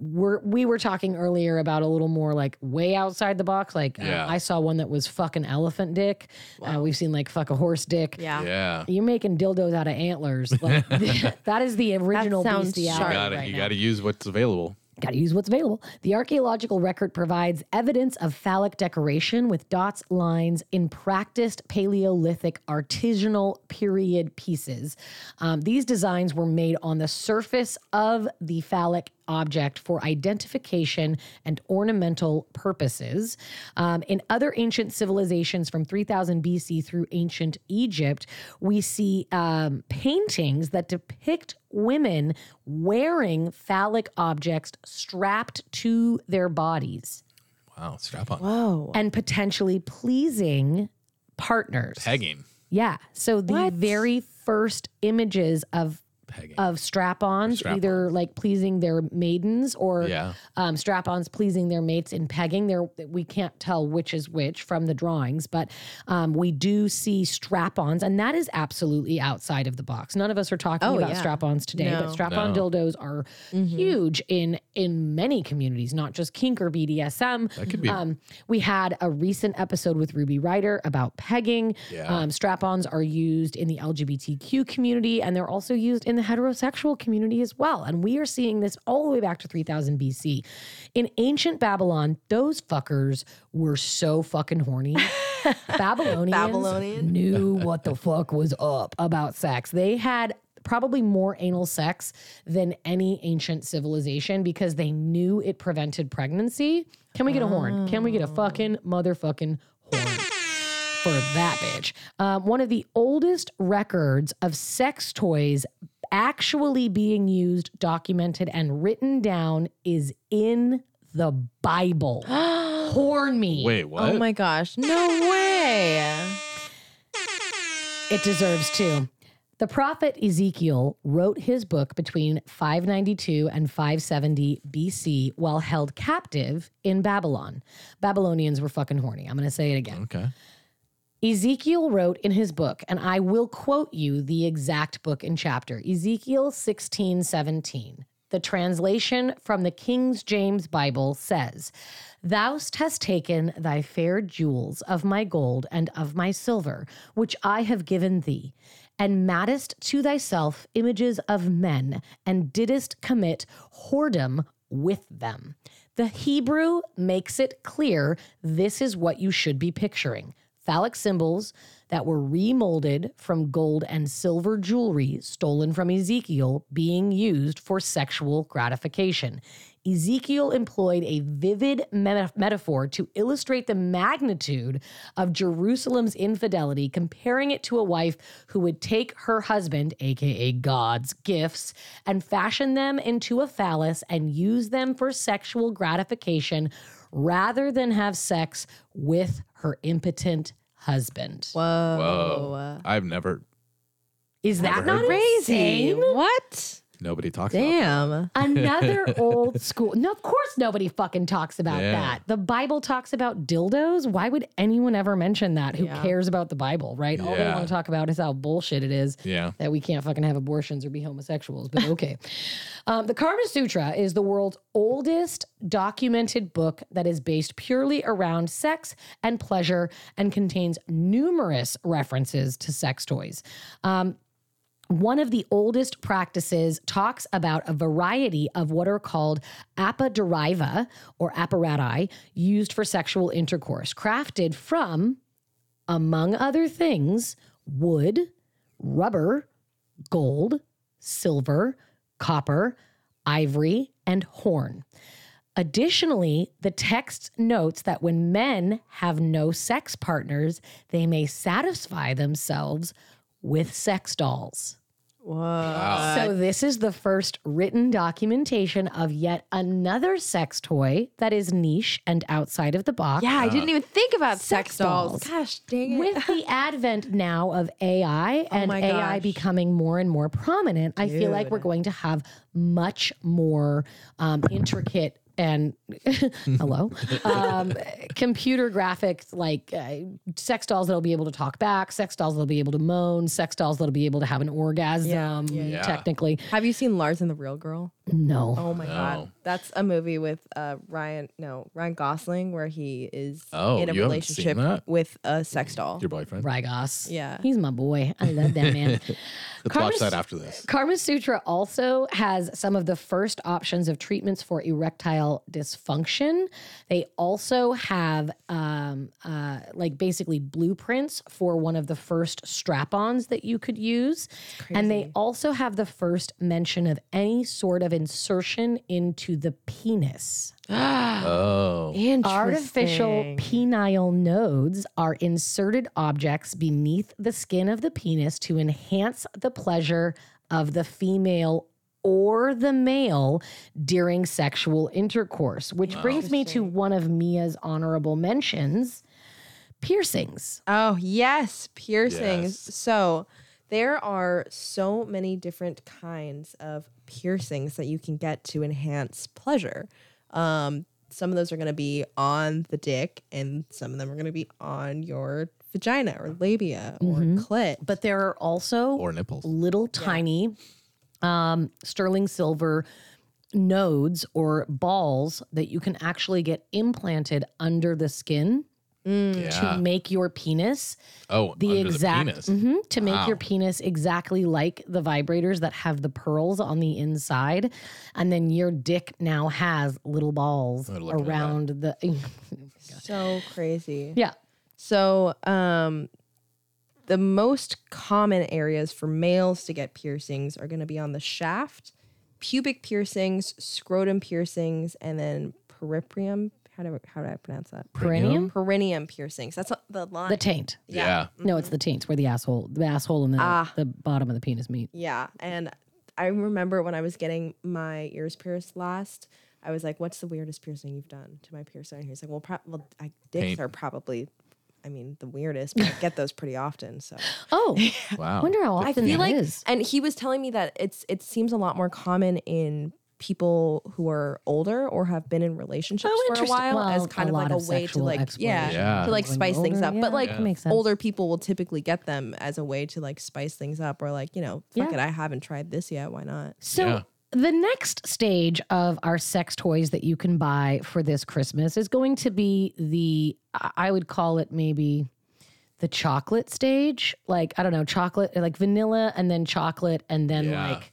Speaker 5: we're we were talking earlier about a little more like way outside the box. Like uh,
Speaker 4: Yeah.
Speaker 5: I saw one that was fucking elephant dick. Uh, we've seen like fuck a horse dick.
Speaker 2: Yeah.
Speaker 4: Yeah.
Speaker 5: You're making dildos out of antlers. Like, that is the original
Speaker 2: sounds
Speaker 5: bestiality.
Speaker 2: sharp.
Speaker 4: You got to
Speaker 5: right
Speaker 4: you
Speaker 5: now.
Speaker 4: got to use what's available.
Speaker 5: Gotta use what's available. The archaeological record provides evidence of phallic decoration with dots, lines in practiced Paleolithic artisanal period pieces. Um, these designs were made on the surface of the phallic object for identification and ornamental purposes. Um, in other ancient civilizations from 3000 BC through ancient Egypt, we see um, paintings that depict women wearing phallic objects strapped to their bodies
Speaker 4: Wow, strap on.
Speaker 2: Whoa.
Speaker 5: and potentially pleasing partners.
Speaker 4: Pegging.
Speaker 5: Yeah. So the very first images of
Speaker 4: Pegging.
Speaker 5: of strap-ons,
Speaker 4: Strap-ons.
Speaker 5: either like pleasing their maidens or
Speaker 4: Yeah.
Speaker 5: um, strap-ons pleasing their mates in pegging. There, we can't tell which is which from the drawings, but um, we do see strap-ons, and that is absolutely outside of the box. None of us are talking about
Speaker 2: Oh, yeah.
Speaker 5: strap-ons today,
Speaker 2: No. Mm-hmm.
Speaker 5: but strap-on dildos are huge in in many communities, not just kink or BDSM.
Speaker 4: That could be
Speaker 5: Um, we had a recent episode with Ruby Ryder about pegging.
Speaker 4: Yeah.
Speaker 5: Um, Strap ons are used in the LGBTQ community and they're also used in the heterosexual community as well. And we are seeing this all the way back to 3000 BC. In ancient Babylon, those fuckers were so fucking horny. Babylonians
Speaker 2: Babylonian.
Speaker 5: knew what the fuck was up about sex. They had probably more anal sex than any ancient civilization because they knew it prevented pregnancy. Can we get a horn? Can we get a fucking motherfucking horn? for that bitch. Um, one of the oldest records of sex toys actually being used, documented, and written down is in the Bible. Horn me.
Speaker 4: Wait, what?
Speaker 2: Oh my gosh. No way.
Speaker 5: It deserves to. The prophet Ezekiel wrote his book between 592 and 570 BC while held captive in Babylon. Babylonians were fucking horny. I'm going to say it again.
Speaker 4: okay.
Speaker 5: Ezekiel wrote in his book, and I will quote you the exact book and chapter Ezekiel 16 17. The translation from the King James Bible says, Thou hast taken thy fair jewels of my gold and of my silver, which I have given thee, and madest to thyself images of men, and didst commit whoredom with them. The Hebrew makes it clear this is what you should be picturing phallic symbols that were remolded from gold and silver jewelry stolen from Ezekiel being used for sexual gratification. Ezekiel employed a vivid me- metaphor to illustrate the magnitude of Jerusalem's infidelity, comparing it to a wife who would take her husband, aka God's gifts, and fashion them into a phallus and use them for sexual gratification rather than have sex with her impotent husband.
Speaker 4: Whoa. I've never,
Speaker 5: Is that
Speaker 4: Never heard
Speaker 5: not
Speaker 2: Crazy.
Speaker 5: crazy?
Speaker 2: What?
Speaker 4: nobody talks about that.
Speaker 2: Damn.
Speaker 5: Another old school. No, of course nobody fucking talks about
Speaker 4: Yeah.
Speaker 5: that. The Bible talks about dildos. Why would anyone ever mention that? Who
Speaker 2: Yeah.
Speaker 5: cares about the Bible, right? All they
Speaker 4: Yeah.
Speaker 5: want to talk about is how bullshit it is
Speaker 4: Yeah.
Speaker 5: that we can't fucking have abortions or be homosexuals, but okay. um, the Karma Sutra is the world's oldest documented book that is based purely around sex and pleasure and contains numerous references to sex toys. Um, one of the oldest practices talks about a variety of what are called apoderiva or apparati used for sexual intercourse, crafted from, among other things, wood, rubber, gold, silver, copper, ivory, and horn. Additionally, the text notes that when men have no sex partners, they may satisfy themselves with sex dolls. So, this is the first written documentation of yet another sex toy that is niche and outside of the box.
Speaker 2: Yeah, I didn't even think about Uh, sex,
Speaker 5: Sex
Speaker 2: dolls.
Speaker 5: dolls.
Speaker 2: Gosh dang it.
Speaker 5: With the advent now of AI and
Speaker 2: Oh my
Speaker 5: AI
Speaker 2: gosh.
Speaker 5: becoming more and more prominent, I feel like we're going to have much more um, intricate and hello um, computer graphics like uh, sex dolls that'll be able to talk back sex dolls that'll be able to moan sex dolls that'll be able to have an orgasm
Speaker 4: yeah.
Speaker 5: technically
Speaker 2: Have you seen Lars and the Real Girl?
Speaker 5: no
Speaker 2: Oh my god, that's a movie with uh, Ryan. No, Ryan Gosling, where he is
Speaker 4: Oh,
Speaker 2: in a
Speaker 4: you haven't seen
Speaker 2: relationship
Speaker 4: that?
Speaker 2: with a sex doll.
Speaker 4: Your boyfriend?
Speaker 5: Rygos.
Speaker 2: Yeah.
Speaker 5: He's my boy. I love that man.
Speaker 4: Let's
Speaker 5: Karma
Speaker 4: watch that
Speaker 5: s-
Speaker 4: after this.
Speaker 5: Karma Sutra also has some of the first options of treatments for erectile dysfunction. They also have um, uh, like basically blueprints for one of the first strap-ons that you could use, and they also have the first mention of any sort of insertion into the penis. uh,
Speaker 4: Oh.
Speaker 5: Artificial penile nodes are inserted objects beneath the skin of the penis to enhance the pleasure of the female or the male during sexual intercourse, which brings me to one of Mia's honorable mentions piercings.
Speaker 2: Oh yes, piercings.
Speaker 4: Yes.
Speaker 2: So there are so many different kinds of piercings that you can get to enhance pleasure. Um, some of those are going to be on the dick, and some of them are going to be on your vagina or labia or clit.
Speaker 5: But there are also
Speaker 4: Or nipples.
Speaker 5: little tiny um, sterling silver nodes or balls that you can actually get implanted under the skin Mm, to
Speaker 4: Yeah.
Speaker 5: make your penis
Speaker 4: Oh,
Speaker 5: the
Speaker 4: Ah. under
Speaker 5: exact
Speaker 4: the penis.
Speaker 5: Mhm, to make your penis exactly like the vibrators that have the pearls on the inside and then your dick now has little balls
Speaker 4: Oh, look at that.
Speaker 5: around the
Speaker 2: So crazy.
Speaker 5: yeah
Speaker 2: So, um, the most common areas for males to get piercings are going to be on the shaft, pubic piercings, scrotum piercings, and then periprium. How do how do I pronounce that?
Speaker 5: perineum
Speaker 2: Perineum piercings. That's the line.
Speaker 5: the taint
Speaker 4: Yeah.
Speaker 5: no it's the taint where the asshole the asshole and the, the bottom of the penis meet
Speaker 2: Yeah, and I remember when I was getting my ears pierced last. I was like, "What's the weirdest piercing you've done to my piercer?" And he was like, "Well, pro- well, I, dicks
Speaker 4: Paint.
Speaker 2: are probably, I mean, the weirdest, but I get those pretty often." So
Speaker 5: oh
Speaker 4: Wow.
Speaker 5: I wonder how often that is.
Speaker 2: like- And he was telling me that it's it seems a lot more common in people who are older or have been in relationships
Speaker 5: Oh,
Speaker 2: for a
Speaker 5: interesting.
Speaker 2: while
Speaker 5: Well,
Speaker 2: as kind
Speaker 5: a
Speaker 2: of like
Speaker 5: lot
Speaker 2: a
Speaker 5: of
Speaker 2: way to
Speaker 5: sexual
Speaker 2: like yeah,
Speaker 5: exploration.
Speaker 4: Yeah.
Speaker 2: to like
Speaker 5: When
Speaker 2: spice
Speaker 5: you're
Speaker 2: things
Speaker 5: older,
Speaker 2: up.
Speaker 5: yeah,
Speaker 2: But like
Speaker 5: that makes sense.
Speaker 2: older people will typically get them as a way to like spice things up or like, you know, fuck
Speaker 5: Yeah.
Speaker 2: it, I haven't tried this yet, why not?
Speaker 5: So
Speaker 4: Yeah.
Speaker 5: the next stage of our sex toys that you can buy for this Christmas is going to be the I- I would call it maybe the chocolate stage. Like I don't know, chocolate like vanilla and then chocolate and then
Speaker 4: Yeah.
Speaker 5: like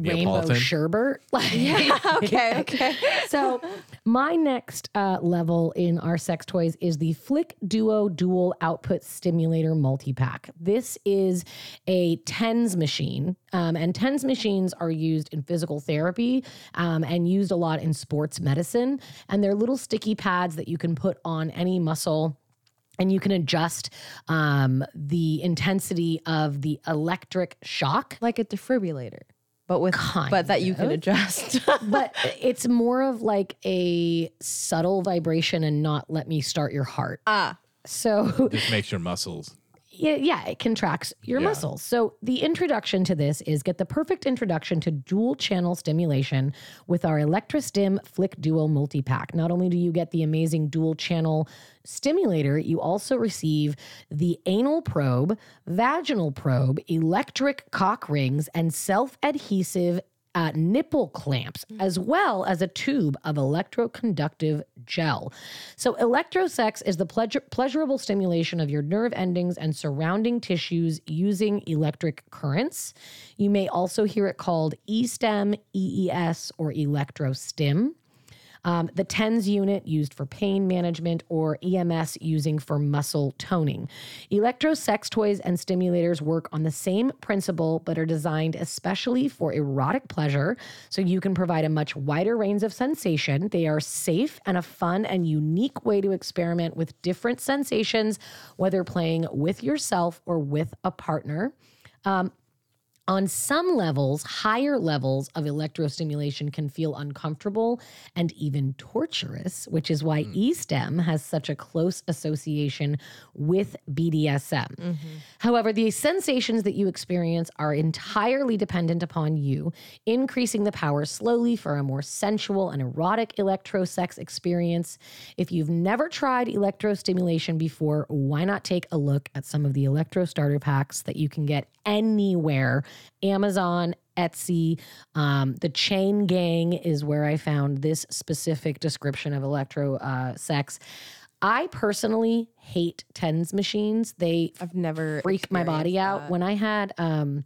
Speaker 5: rainbow
Speaker 4: Neapolitan?
Speaker 5: sherbet. Like,
Speaker 2: Okay, okay.
Speaker 5: so my next uh, level in our sex toys is the Flick Duo Dual Output Stimulator Multipack. This is a TENS machine, um, and TENS machines are used in physical therapy um, and used a lot in sports medicine. And they're little sticky pads that you can put on any muscle and you can adjust um, the intensity of the electric shock
Speaker 2: Like a defibrillator, but with but that you can adjust.
Speaker 5: but it's more of like a subtle vibration and not let me start your heart.
Speaker 2: Uh,
Speaker 5: Ah. So
Speaker 4: This makes your muscles.
Speaker 5: yeah, yeah, it contracts your muscles. So the introduction to this is get the perfect introduction to dual channel stimulation with our Electrostim Flick Duo Multipack. Not only do you get the amazing dual channel stimulator, you also receive the anal probe, vaginal probe, electric cock rings, and self-adhesive uh, nipple clamps, as well as a tube of electroconductive gel. So, electrosex is the pleasure- pleasurable stimulation of your nerve endings and surrounding tissues using electric currents. You may also hear it called E eSTEM, EES, E or electrostim. Um, the TENS unit used for pain management or EMS using for muscle toning. Electro sex toys and stimulators work on the same principle but are designed especially for erotic pleasure, so you can provide a much wider range of sensation. They are safe and a fun and unique way to experiment with different sensations, whether playing with yourself or with a partner on some levels, higher levels of electrostimulation can feel uncomfortable and even torturous, which is why E eSTEM has such a close association with BDSM. However, the sensations that you experience are entirely dependent upon you, increasing the power slowly for a more sensual and erotic electrosex experience. If you've never tried electrostimulation before, why not take a look at some of the electro starter packs that you can get anywhere Amazon, Etsy. Um, the Chain Gang is where I found this specific description of electro uh, sex. I personally hate TENS machines. They
Speaker 2: I've never
Speaker 5: freak my body out. When I had um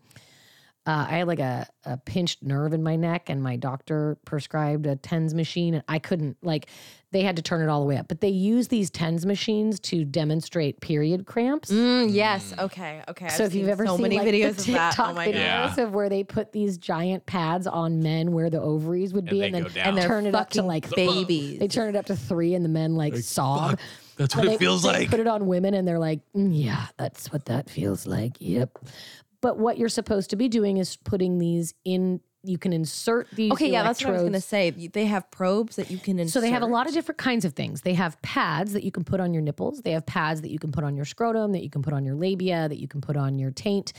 Speaker 5: uh, I had like a, a pinched nerve in my neck, and my doctor prescribed a TENS machine, and I couldn't like they had to turn it all the way up. But they use these TENS machines to demonstrate period cramps.
Speaker 2: Mm, yes. Okay. Okay.
Speaker 5: So if you've ever
Speaker 2: so
Speaker 5: seen
Speaker 2: many
Speaker 5: like, the
Speaker 2: videos of that, oh
Speaker 5: TikTok
Speaker 2: my god,
Speaker 5: videos of where they put these giant pads on men where the ovaries would be,
Speaker 4: they
Speaker 5: and,
Speaker 4: go
Speaker 5: then
Speaker 4: down. And they're
Speaker 5: turn it up to
Speaker 2: fucking
Speaker 5: like
Speaker 2: babies.
Speaker 5: They turn it up to three, and the men like, sob.
Speaker 4: That's what
Speaker 5: And Oh, they-
Speaker 4: it feels
Speaker 5: they
Speaker 4: like.
Speaker 5: Put it on women, and they're like, "Mm, "Yeah, that's what that feels like." Yep. But what you're supposed to be doing is putting these in. You can insert these.
Speaker 2: Okay, yeah, that's what I was gonna
Speaker 5: electrodes.
Speaker 2: say. You- They have probes that you can insert.
Speaker 5: So they have a lot of different kinds of things. They have pads that you can put on your nipples. They have pads that you can put on your scrotum, that you can put on your labia, that you can put on your taint,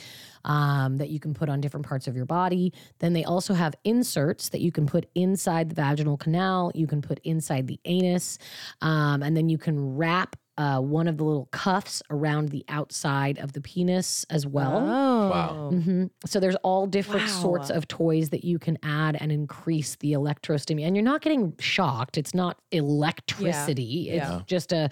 Speaker 5: um, that you can put on different parts of your body. Then they also have inserts that you can put inside the vaginal canal. You can put inside the anus, um, and then you can wrap. Uh, one of the little cuffs around the outside of the penis as well.
Speaker 2: Oh,
Speaker 4: Wow.
Speaker 5: Mhm. So there's all different
Speaker 2: Wow.
Speaker 5: sorts of toys that you can add and increase the electrostimulation. And you're not getting shocked. It's not electricity. It's
Speaker 2: Yeah.
Speaker 5: just a,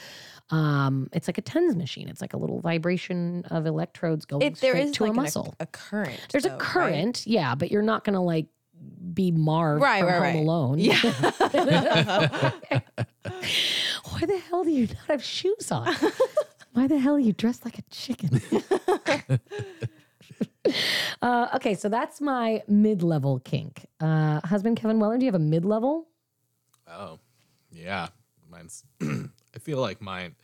Speaker 5: um, it's like a tens machine. It's like a little vibration of electrodes going
Speaker 2: it,
Speaker 5: straight
Speaker 2: there is
Speaker 5: to
Speaker 2: like
Speaker 5: a
Speaker 2: an-
Speaker 5: muscle.
Speaker 2: a current.
Speaker 5: there's
Speaker 2: though,
Speaker 5: a
Speaker 2: right?
Speaker 5: current, yeah, but you're not gonna like be marred
Speaker 2: Right,
Speaker 5: from
Speaker 2: right,
Speaker 5: Home
Speaker 2: right.
Speaker 5: Alone.
Speaker 2: Yeah.
Speaker 5: Why the hell do you not have shoes on? Why the hell are you dressed like a chicken? uh, okay, so that's my mid-level kink. Uh, husband Kevin Weller, do you have a mid-level?
Speaker 4: Oh, yeah. Mine's, I feel like mine,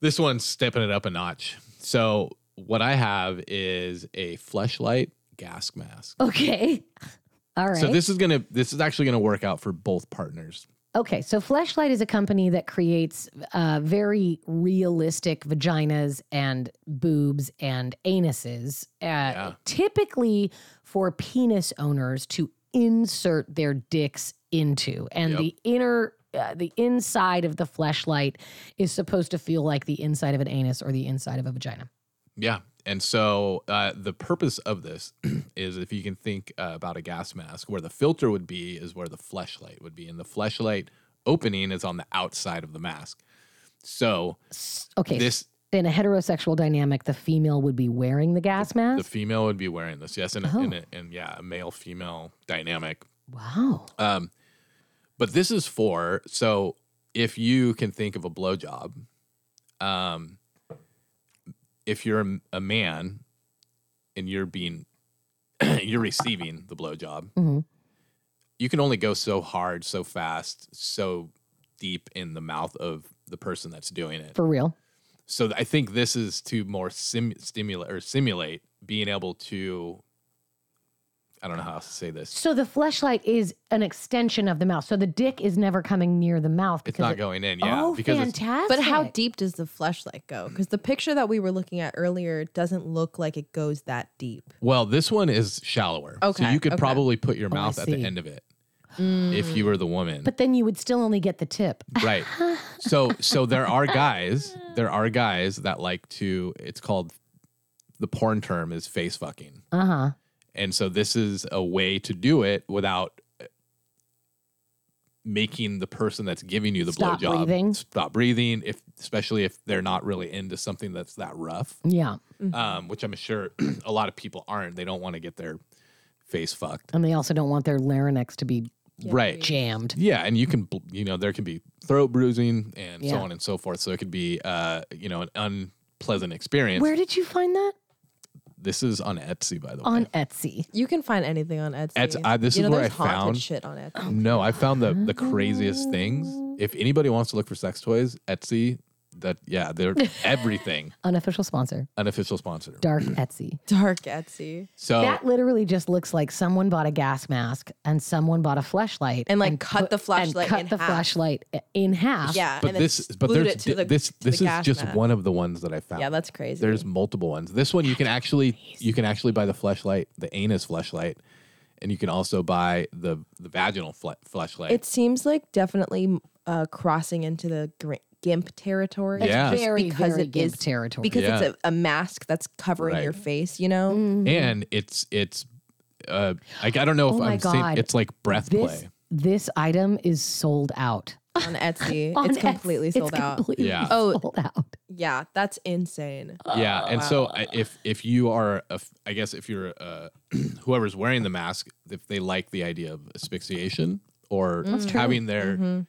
Speaker 4: this one's stepping it up a notch. So, what I have is a fleshlight gas mask.
Speaker 5: Okay, all right.
Speaker 4: So, this is going to, this is actually going to work out for both partners.
Speaker 5: Okay, so Fleshlight is a company that creates uh, very realistic vaginas and boobs and anuses, uh, typically for penis owners to insert their dicks into, and the inner. Uh, the inside of the fleshlight is supposed to feel like the inside of an anus or the inside of a vagina.
Speaker 4: Yeah. And so uh, the purpose of this is if you can think uh, about a gas mask, where the filter would be is where the fleshlight would be. And the fleshlight opening is on the outside of the mask. So
Speaker 5: Okay,
Speaker 4: this
Speaker 5: in a heterosexual dynamic, the female would be wearing the gas
Speaker 4: The
Speaker 5: mask.
Speaker 4: female would be wearing this, yes, and and, and yeah, a male female dynamic.
Speaker 5: wow.
Speaker 4: Um, But this is for so if you can think of a blowjob, um, if you're a, a man and you're being you're receiving the blowjob,
Speaker 5: Mhm.
Speaker 4: you can only go so hard, so fast, so deep in the mouth of the person that's doing it.
Speaker 5: For real.
Speaker 4: so I think this is to more sim- stimulate or simulate being able to. I don't know how else to say this.
Speaker 5: So the fleshlight is an extension of the mouth. So the dick is never coming near the mouth
Speaker 4: It's
Speaker 5: because
Speaker 4: not
Speaker 5: it-
Speaker 4: going in, yeah,
Speaker 5: oh,
Speaker 4: because it's,
Speaker 5: fantastic.
Speaker 2: But how deep does the fleshlight go? Because the picture that we were looking at earlier doesn't look like it goes that deep.
Speaker 4: Well, this one is shallower. So
Speaker 2: Okay,
Speaker 4: you could
Speaker 2: okay. Mm.
Speaker 4: probably put your mouth at
Speaker 5: Oh, see.
Speaker 4: the end of it if you were the woman.
Speaker 5: But then you would still only get the tip.
Speaker 4: right. So so there are guys, there are guys that like to it's called the porn term is face fucking.
Speaker 5: Uh huh.
Speaker 4: And so this is a way to do it without uh, making the person that's giving you the
Speaker 5: Stop
Speaker 4: blowjob
Speaker 5: breathing.
Speaker 4: stop breathing if especially if they're not really into something that's that rough
Speaker 5: Yeah.
Speaker 2: Mm-hmm.
Speaker 4: um, which i'm sure a lot of people aren't they don't want to get their face fucked
Speaker 5: And they also don't want their larynx to be
Speaker 4: right
Speaker 5: jammed.
Speaker 4: Yeah, and you can, bl- you know, there can be throat bruising and so
Speaker 5: Yeah.
Speaker 4: on and so forth. So it could be, uh, you know, an unpleasant experience.
Speaker 5: Where did you find that?
Speaker 4: this is on Etsy, by the way.
Speaker 5: On Etsy.
Speaker 2: You can find anything on Etsy.
Speaker 4: Etsy- I- uh, this
Speaker 2: you
Speaker 4: is
Speaker 2: know,
Speaker 4: where
Speaker 2: there's
Speaker 4: I
Speaker 2: haunted
Speaker 4: found-
Speaker 2: shit on Etsy.
Speaker 4: no, I found the the craziest things.
Speaker 2: Ah.
Speaker 4: If anybody wants to look for sex toys, Etsy. That yeah, they're everything.
Speaker 5: Unofficial sponsor.
Speaker 4: Unofficial sponsor.
Speaker 5: Dark Etsy.
Speaker 2: Dark Etsy
Speaker 4: So
Speaker 5: That literally just looks like someone bought a gas mask and someone bought a flashlight
Speaker 2: and like cut the
Speaker 5: and
Speaker 2: flashlight
Speaker 5: cut
Speaker 2: in
Speaker 5: the
Speaker 2: half.
Speaker 5: flashlight in half.
Speaker 2: Yeah,
Speaker 4: but
Speaker 2: and then
Speaker 4: this, but
Speaker 2: glued
Speaker 4: there's
Speaker 2: it to
Speaker 4: di-
Speaker 2: the,
Speaker 4: this
Speaker 2: to the
Speaker 4: this is
Speaker 2: gas
Speaker 4: just
Speaker 2: mat.
Speaker 4: one of the ones that I found.
Speaker 2: Yeah, that's crazy.
Speaker 4: There's multiple ones. This one you can actually you can actually buy the flashlight, the anus flashlight, and you can also buy the the vaginal fle- flashlight.
Speaker 2: it seems like definitely uh, crossing into the gr- gimp territory.
Speaker 4: It's Yeah.
Speaker 2: just
Speaker 5: very,
Speaker 2: because
Speaker 5: very
Speaker 2: it
Speaker 5: gimp
Speaker 2: is-
Speaker 5: territory.
Speaker 2: Because
Speaker 4: Yeah.
Speaker 2: it's a, a mask that's covering
Speaker 4: Right.
Speaker 2: your face, you know.
Speaker 5: Mm.
Speaker 4: and it's it's uh like I don't know if
Speaker 5: Mm-hmm. Oh my
Speaker 4: I'm saying
Speaker 5: God.
Speaker 4: it's like breath
Speaker 5: this
Speaker 4: play.
Speaker 5: this item is sold out.
Speaker 2: on Etsy.
Speaker 5: On
Speaker 2: it's
Speaker 5: Etsy.
Speaker 2: completely sold
Speaker 5: it's
Speaker 2: out.
Speaker 5: Completely
Speaker 4: Yeah.
Speaker 2: Oh.
Speaker 5: sold out.
Speaker 2: yeah, that's insane.
Speaker 4: yeah, and so I, if if you are a f- I guess if you're uh whoever's wearing the mask, if they like the idea of asphyxiation
Speaker 5: Mm.
Speaker 4: or having their
Speaker 2: Mm-hmm.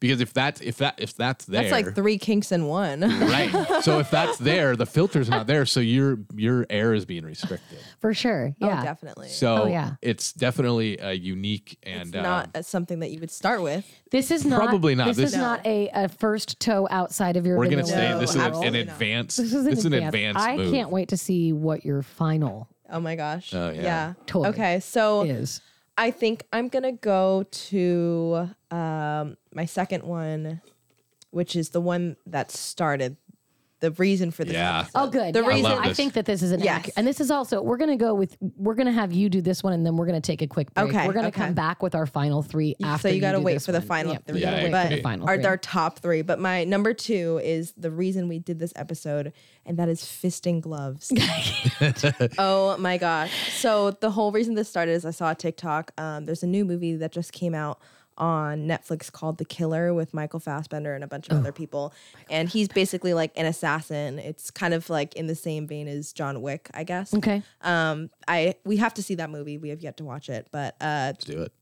Speaker 4: because if that's if that if that's there
Speaker 2: That's like three kinks in one. Oh,
Speaker 4: right. so if that's there, the filter's not there, so your your air is being restricted.
Speaker 5: For sure. Yeah.
Speaker 2: Oh, definitely.
Speaker 4: So
Speaker 5: Oh, yeah.
Speaker 4: it's definitely a unique and
Speaker 2: it's
Speaker 4: uh,
Speaker 2: not uh, something that you would start with.
Speaker 5: This is not
Speaker 4: Probably not.
Speaker 5: This,
Speaker 4: This-
Speaker 5: is not a, a first toe outside of your.
Speaker 4: we're gonna
Speaker 5: vanilla
Speaker 4: say this is an,
Speaker 2: absolutely
Speaker 4: an
Speaker 2: not.
Speaker 4: advanced.
Speaker 5: This is an advanced.
Speaker 4: advanced
Speaker 5: I
Speaker 4: move.
Speaker 5: can't wait to see what your final
Speaker 2: Oh my gosh.
Speaker 4: Oh, yeah.
Speaker 5: Toy.
Speaker 2: Okay, so
Speaker 5: is.
Speaker 2: I think I'm gonna go to um, my second one, which is the one that started the reason for this.
Speaker 4: Yeah.
Speaker 5: Oh, good.
Speaker 2: The
Speaker 5: Yeah.
Speaker 2: reason- I love
Speaker 5: I
Speaker 4: this.
Speaker 5: think that this is an
Speaker 2: Yes.
Speaker 5: ac- and this is also we're gonna go with we're gonna have you do this one and then we're gonna take a quick break.
Speaker 2: Okay,
Speaker 5: we're gonna
Speaker 2: okay.
Speaker 5: come back with our final three after.
Speaker 2: so you got to
Speaker 5: do
Speaker 2: wait
Speaker 5: this
Speaker 2: for the
Speaker 5: one.
Speaker 2: final
Speaker 5: Yeah,
Speaker 2: three.
Speaker 5: You gotta
Speaker 4: Yeah, it
Speaker 5: wait for the
Speaker 4: could
Speaker 5: final
Speaker 2: Our,
Speaker 5: three.
Speaker 2: our top three, but my number two is the reason we did this episode, and that is fisting gloves. oh my gosh! So the whole reason this started is I saw a TikTok. Um, there's a new movie that just came out on Netflix called The Killer with Michael Fassbender and a bunch of
Speaker 5: Oh,
Speaker 2: other people, and he's basically like an assassin. It's kind of like in the same vein as John Wick, I guess.
Speaker 5: okay.
Speaker 2: Um, I we have to see that movie. We have yet to watch it, but uh,
Speaker 4: Let's do it.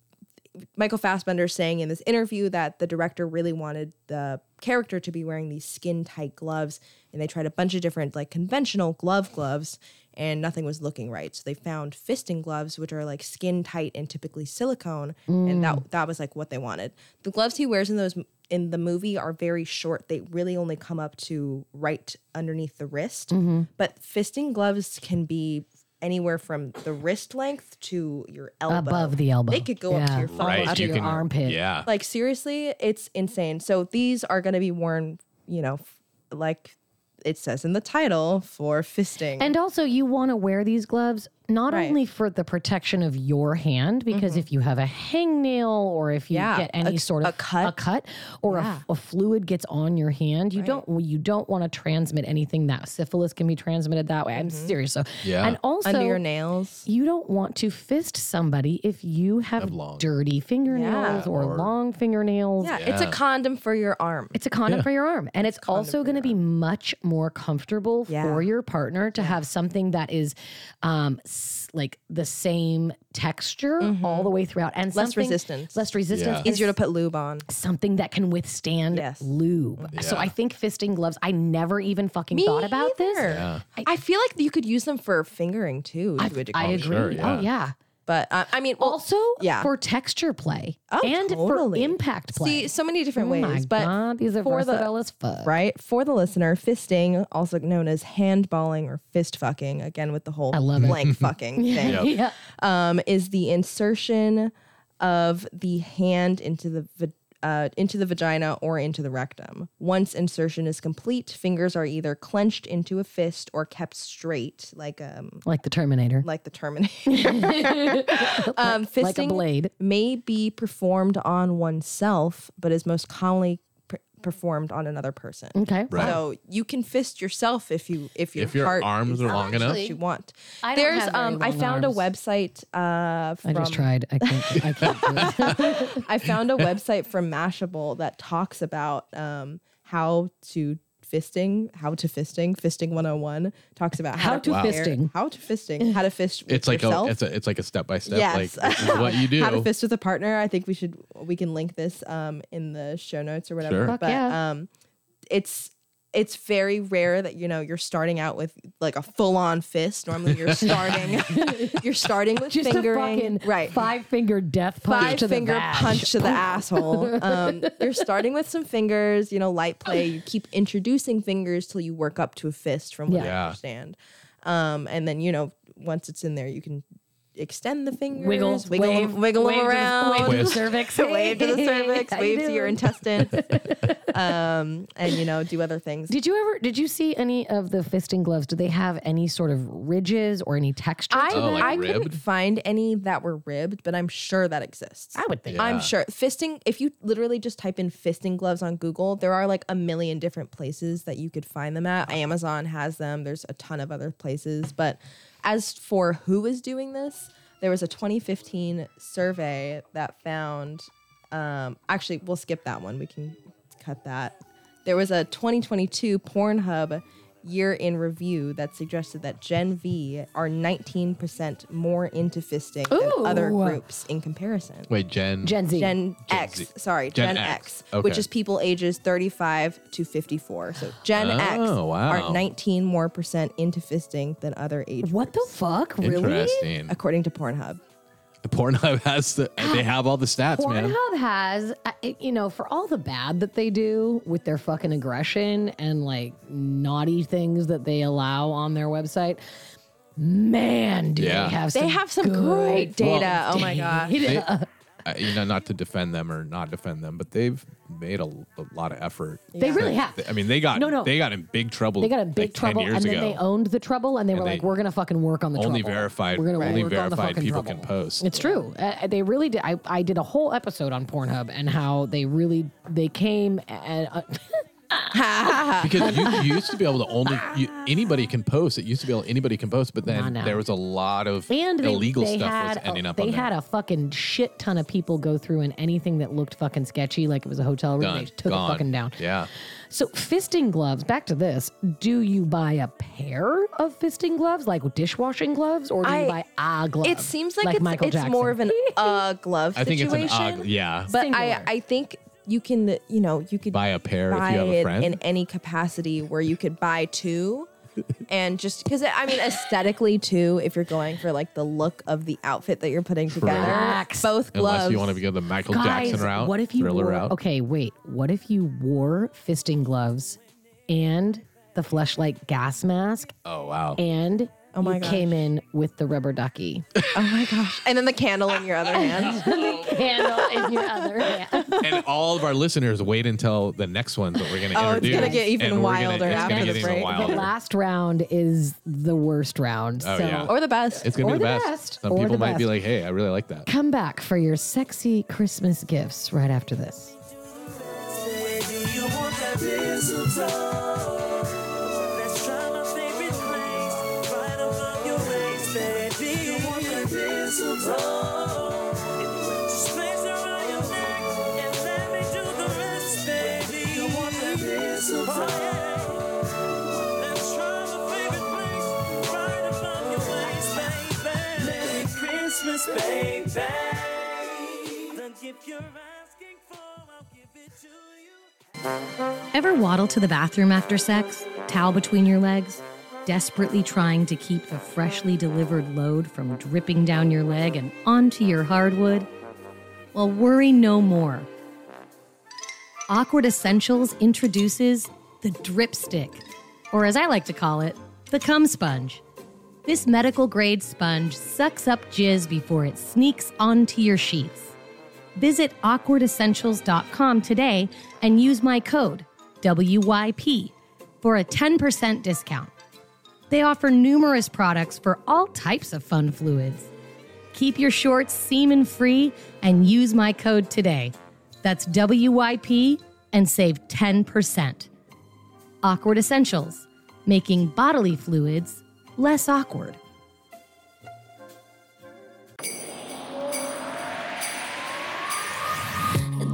Speaker 2: Michael Fassbender saying in this interview that the director really wanted the character to be wearing these skin tight gloves, and they tried a bunch of different like conventional glove gloves, and nothing was looking right. So they found fisting gloves, which are like skin tight and typically silicone, and
Speaker 5: Mm.
Speaker 2: that that was like what they wanted. The gloves he wears in those in the movie are very short. They really only come up to right underneath the wrist,
Speaker 5: Mm-hmm.
Speaker 2: but fisting gloves can be anywhere from the wrist length to your elbow
Speaker 5: Above the elbow.
Speaker 2: They could go up to
Speaker 5: Yeah.
Speaker 2: your thumb,
Speaker 4: Right.
Speaker 2: up to
Speaker 4: you
Speaker 5: your
Speaker 4: can,
Speaker 5: armpit.
Speaker 4: Yeah.
Speaker 2: like seriously, it's insane. So these are going to be worn, you know, f- like it says in the title for fisting.
Speaker 5: And also, you want to wear these gloves not
Speaker 2: Right. Mm-hmm.
Speaker 5: only for the protection of your hand, because if you have a hangnail or if you
Speaker 2: Yeah,
Speaker 5: get any
Speaker 2: a-
Speaker 5: sort of
Speaker 2: a cut.
Speaker 5: a cut or a f- a, fluid gets on your hand, you don't well, you don't want to transmit anything that syphilis can be transmitted that way. I'm serious. So
Speaker 4: Yeah.
Speaker 5: and also
Speaker 2: Mm-hmm. under your nails.
Speaker 5: you don't want to fist somebody if you have,
Speaker 4: long-
Speaker 5: dirty fingernails or, long fingernails.
Speaker 2: Yeah, it's a condom for your arm.
Speaker 5: It's a condom for your arm. And it's, also going to be much more comfortable
Speaker 2: Yeah.
Speaker 5: for your partner to have something that is um, s- like the same texture all the way throughout and
Speaker 2: Mm-hmm. Less
Speaker 5: something-
Speaker 2: resistance.
Speaker 5: Less resistance.
Speaker 4: Yeah.
Speaker 5: and
Speaker 2: Easier to put lube on.
Speaker 5: Something that can withstand
Speaker 2: Yes.
Speaker 5: lube. So
Speaker 4: Mm-hmm. Yeah.
Speaker 5: I think fisting gloves, I never even fucking thought about this.
Speaker 2: either. I, feel like you could use them for fingering too. To a degree.
Speaker 5: I agree.
Speaker 4: sure,
Speaker 5: Oh,
Speaker 4: yeah.
Speaker 5: yeah.
Speaker 2: But uh, I mean, well,
Speaker 5: Also,
Speaker 2: yeah.
Speaker 5: for texture play
Speaker 2: Oh,
Speaker 5: and
Speaker 2: totally.
Speaker 5: for impact play.
Speaker 2: see so many different
Speaker 5: Oh
Speaker 2: ways.
Speaker 5: my
Speaker 2: but
Speaker 5: God, these are
Speaker 2: for the-
Speaker 5: versatile as fuck.
Speaker 2: right? For the listener, fisting, also known as handballing or fist fucking, again with the whole
Speaker 5: I love it.
Speaker 2: blank fucking thing,
Speaker 5: Yeah.
Speaker 2: um, is the insertion of the hand into the va- uh, into the vagina or into the rectum. Once insertion is complete, fingers are either clenched into a fist or kept straight, like um
Speaker 5: Like the Terminator.
Speaker 2: like the Terminator. um, fisting
Speaker 5: like a blade.
Speaker 2: may be performed on oneself, but is most commonly per- performed on another person.
Speaker 5: Okay.
Speaker 4: Right.
Speaker 2: So you can fist yourself if you if your
Speaker 4: If your
Speaker 2: heart
Speaker 4: arms
Speaker 2: is
Speaker 4: are long enough.
Speaker 2: what you want.
Speaker 5: I don't
Speaker 2: There's
Speaker 5: have very
Speaker 2: um I
Speaker 5: long
Speaker 2: found
Speaker 5: arms.
Speaker 2: a website uh
Speaker 5: I
Speaker 2: from
Speaker 5: just tried. I can't. I can't do it.
Speaker 2: I found a website from Mashable that talks about um how to fisting, how to fisting, fisting 101 talks about how,
Speaker 5: How to Wow.
Speaker 2: prepare-
Speaker 5: fisting.
Speaker 2: how to fisting, how to fist with
Speaker 4: It's like
Speaker 2: yourself.
Speaker 4: a it's a it's like a step by step. Like
Speaker 2: Yes.
Speaker 4: this is what you do.
Speaker 2: How to fist with a partner. I think we should we can link this um in the show notes or whatever.
Speaker 4: Sure.
Speaker 5: Fuck
Speaker 2: But
Speaker 5: yeah.
Speaker 2: um it's it's very rare that you know you're starting out with like a full on fist. Normally you're starting you're starting with
Speaker 5: Just
Speaker 2: fingering
Speaker 5: a fucking
Speaker 2: right.
Speaker 5: five finger death punch
Speaker 2: Five
Speaker 5: to the
Speaker 2: finger
Speaker 5: back.
Speaker 2: punch to the asshole. Um, you're starting with some fingers, you know, light play. You keep introducing fingers till you work up to a fist, from what
Speaker 4: Yeah.
Speaker 2: I understand. Um, and then you know, once it's in there, you can extend the fingers,
Speaker 5: Wiggles,
Speaker 2: wiggle,
Speaker 5: wave,
Speaker 2: them, wiggle them
Speaker 5: wave to the-
Speaker 2: around,
Speaker 5: wave to the
Speaker 4: Twist.
Speaker 5: cervix,
Speaker 2: wave to the cervix,
Speaker 5: How you
Speaker 2: wave to your
Speaker 5: doing?
Speaker 2: intestines, um, and you know, do other things.
Speaker 5: Did you ever? Did you see any of the fisting gloves? Do they have any sort of ridges or any texture?
Speaker 2: I,
Speaker 5: to them?
Speaker 4: Oh, like
Speaker 2: I couldn't
Speaker 4: ribbed?
Speaker 2: find any that were ribbed, but I'm sure that exists.
Speaker 5: I would think.
Speaker 2: I'm sure fisting. If you literally just type in fisting gloves on Google, there are like a million different places that you could find them at. Amazon has them. There's a ton of other places. But as for who is doing this, there was a 2015 survey that found. Um, actually, we'll skip that one. We can cut that. There was a 2022 Pornhub year in review that suggested that Gen V are 19% more into fisting than other
Speaker 5: Ooh.
Speaker 2: groups in comparison.
Speaker 4: Wait, Jen.
Speaker 5: Gen Z.
Speaker 2: Gen, X.
Speaker 4: Z.
Speaker 2: Sorry, Gen,
Speaker 4: Gen
Speaker 2: X,
Speaker 4: X, okay.
Speaker 2: which is people ages 35 to 54. So Gen X
Speaker 4: Oh, wow.
Speaker 2: are 19 more percent into fisting than other age.
Speaker 5: What the fuck? Really?
Speaker 4: Interesting.
Speaker 2: According to Pornhub.
Speaker 4: Pornhub has the they have all the stats, man.
Speaker 5: Pornhub has, uh, it- you know, for all the bad that they do with their fucking aggression and like naughty things that they allow on their website, man, do
Speaker 4: Yeah.
Speaker 5: they have
Speaker 2: They
Speaker 5: some
Speaker 2: have some
Speaker 5: good
Speaker 2: great data. oh my god.
Speaker 5: data.
Speaker 4: They- uh, you know, not to defend them or not defend them, but they've made a, a lot of effort.
Speaker 5: They really have.
Speaker 4: I mean, they got
Speaker 5: No, no.
Speaker 4: they got in big trouble.
Speaker 5: They got in big
Speaker 4: like 10
Speaker 5: trouble,
Speaker 4: years
Speaker 5: and then
Speaker 4: ago.
Speaker 5: they oh. owned the trouble, and they were
Speaker 4: And
Speaker 5: like,
Speaker 4: they-
Speaker 5: "We're gonna fucking work on the
Speaker 4: Only
Speaker 5: trouble.
Speaker 4: verified-
Speaker 5: We're gonna
Speaker 4: only
Speaker 5: work on the
Speaker 4: verified
Speaker 5: fucking
Speaker 4: people
Speaker 5: trouble."
Speaker 4: can post.
Speaker 5: It's true. Uh, they really did. I, I did a whole episode on Pornhub and how they really they came and uh,
Speaker 4: because you, you used to be able to only you, anybody can post. It used to be able anybody can post, but
Speaker 5: on
Speaker 4: then
Speaker 5: now.
Speaker 4: there was a lot of
Speaker 5: and they,
Speaker 4: illegal
Speaker 5: they
Speaker 4: stuff
Speaker 5: had
Speaker 4: was ending
Speaker 5: a,
Speaker 4: up.
Speaker 5: they
Speaker 4: on there.
Speaker 5: had a fucking shit ton of people go through and anything that looked fucking sketchy, like it was a hotel room,
Speaker 4: Done.
Speaker 5: they took
Speaker 4: Gone.
Speaker 5: it fucking down.
Speaker 4: Yeah.
Speaker 5: So fisting gloves. Back to this. Do you buy a pair of fisting gloves, like dishwashing gloves, or do
Speaker 2: I-
Speaker 5: you buy a glove?
Speaker 2: It seems like,
Speaker 5: Michael
Speaker 2: it's, it's
Speaker 5: Jackson?
Speaker 2: more of an uh glove
Speaker 4: I think
Speaker 2: situation.
Speaker 4: it's an odd. Yeah.
Speaker 2: But I
Speaker 5: Singular.
Speaker 2: I think you can you know, you could
Speaker 4: buy a pair if
Speaker 2: buy
Speaker 4: you have a
Speaker 2: it
Speaker 4: friend.
Speaker 2: in any capacity where you could buy two and just because I mean aesthetically too if you're going for like the look of the outfit that you're putting together
Speaker 5: Facts.
Speaker 2: both gloves
Speaker 4: Unless you want to go the Michael
Speaker 5: Guys,
Speaker 4: Jackson route,
Speaker 5: what if you
Speaker 4: thriller
Speaker 5: wore,
Speaker 4: route.
Speaker 5: Okay, wait. What if you wore fisting gloves and the fleshlight gas mask
Speaker 4: Oh wow.
Speaker 5: and
Speaker 2: Oh my
Speaker 5: you
Speaker 2: gosh.
Speaker 5: came in with the rubber ducky
Speaker 2: Oh my gosh. And then the candle in your other hand.
Speaker 5: handle in your other hand.
Speaker 4: and all of our listeners wait until the next one that we're going to
Speaker 2: Oh, it's
Speaker 4: introduce.
Speaker 2: gonna get even
Speaker 4: and we're gonna-
Speaker 2: wilder
Speaker 4: it's gonna
Speaker 2: after
Speaker 4: get
Speaker 2: the
Speaker 4: even
Speaker 2: break.
Speaker 5: The
Speaker 4: wilder.
Speaker 5: last round is the worst round.
Speaker 4: Oh,
Speaker 5: so
Speaker 4: yeah.
Speaker 2: or the best.
Speaker 4: It's going to
Speaker 5: or
Speaker 4: be the
Speaker 5: the
Speaker 4: best.
Speaker 5: best,
Speaker 4: Some
Speaker 5: or
Speaker 4: people
Speaker 5: the
Speaker 4: might be
Speaker 5: best.
Speaker 4: like, hey, I really like that.
Speaker 5: come back for your sexy Christmas gifts right after this.
Speaker 6: Let's try my favorite place, right above your waist, baby. You want that mistletoe. Just place it around your neck and let me do the rest, baby. You want that mistletoe. Let's try my favorite place, right above your waist, baby. Merry Christmas, baby. The gift you're asking for, I'll give it to you.
Speaker 1: Ever waddle to the bathroom after sex, towel between your legs, desperately trying to keep the freshly delivered load from dripping down your leg and onto your hardwood? Well, worry no more. Awkward Essentials introduces the drip stick, or as I like to call it, the cum sponge. This medical grade sponge sucks up jizz before it sneaks onto your sheets. Visit awkwardessentials.com today and use my code WYP for a 10% discount. They offer numerous products for all types of fun fluids. Keep your shorts semen free and use my code today. That's WYP and save 10%. Awkward Essentials, making bodily fluids less awkward.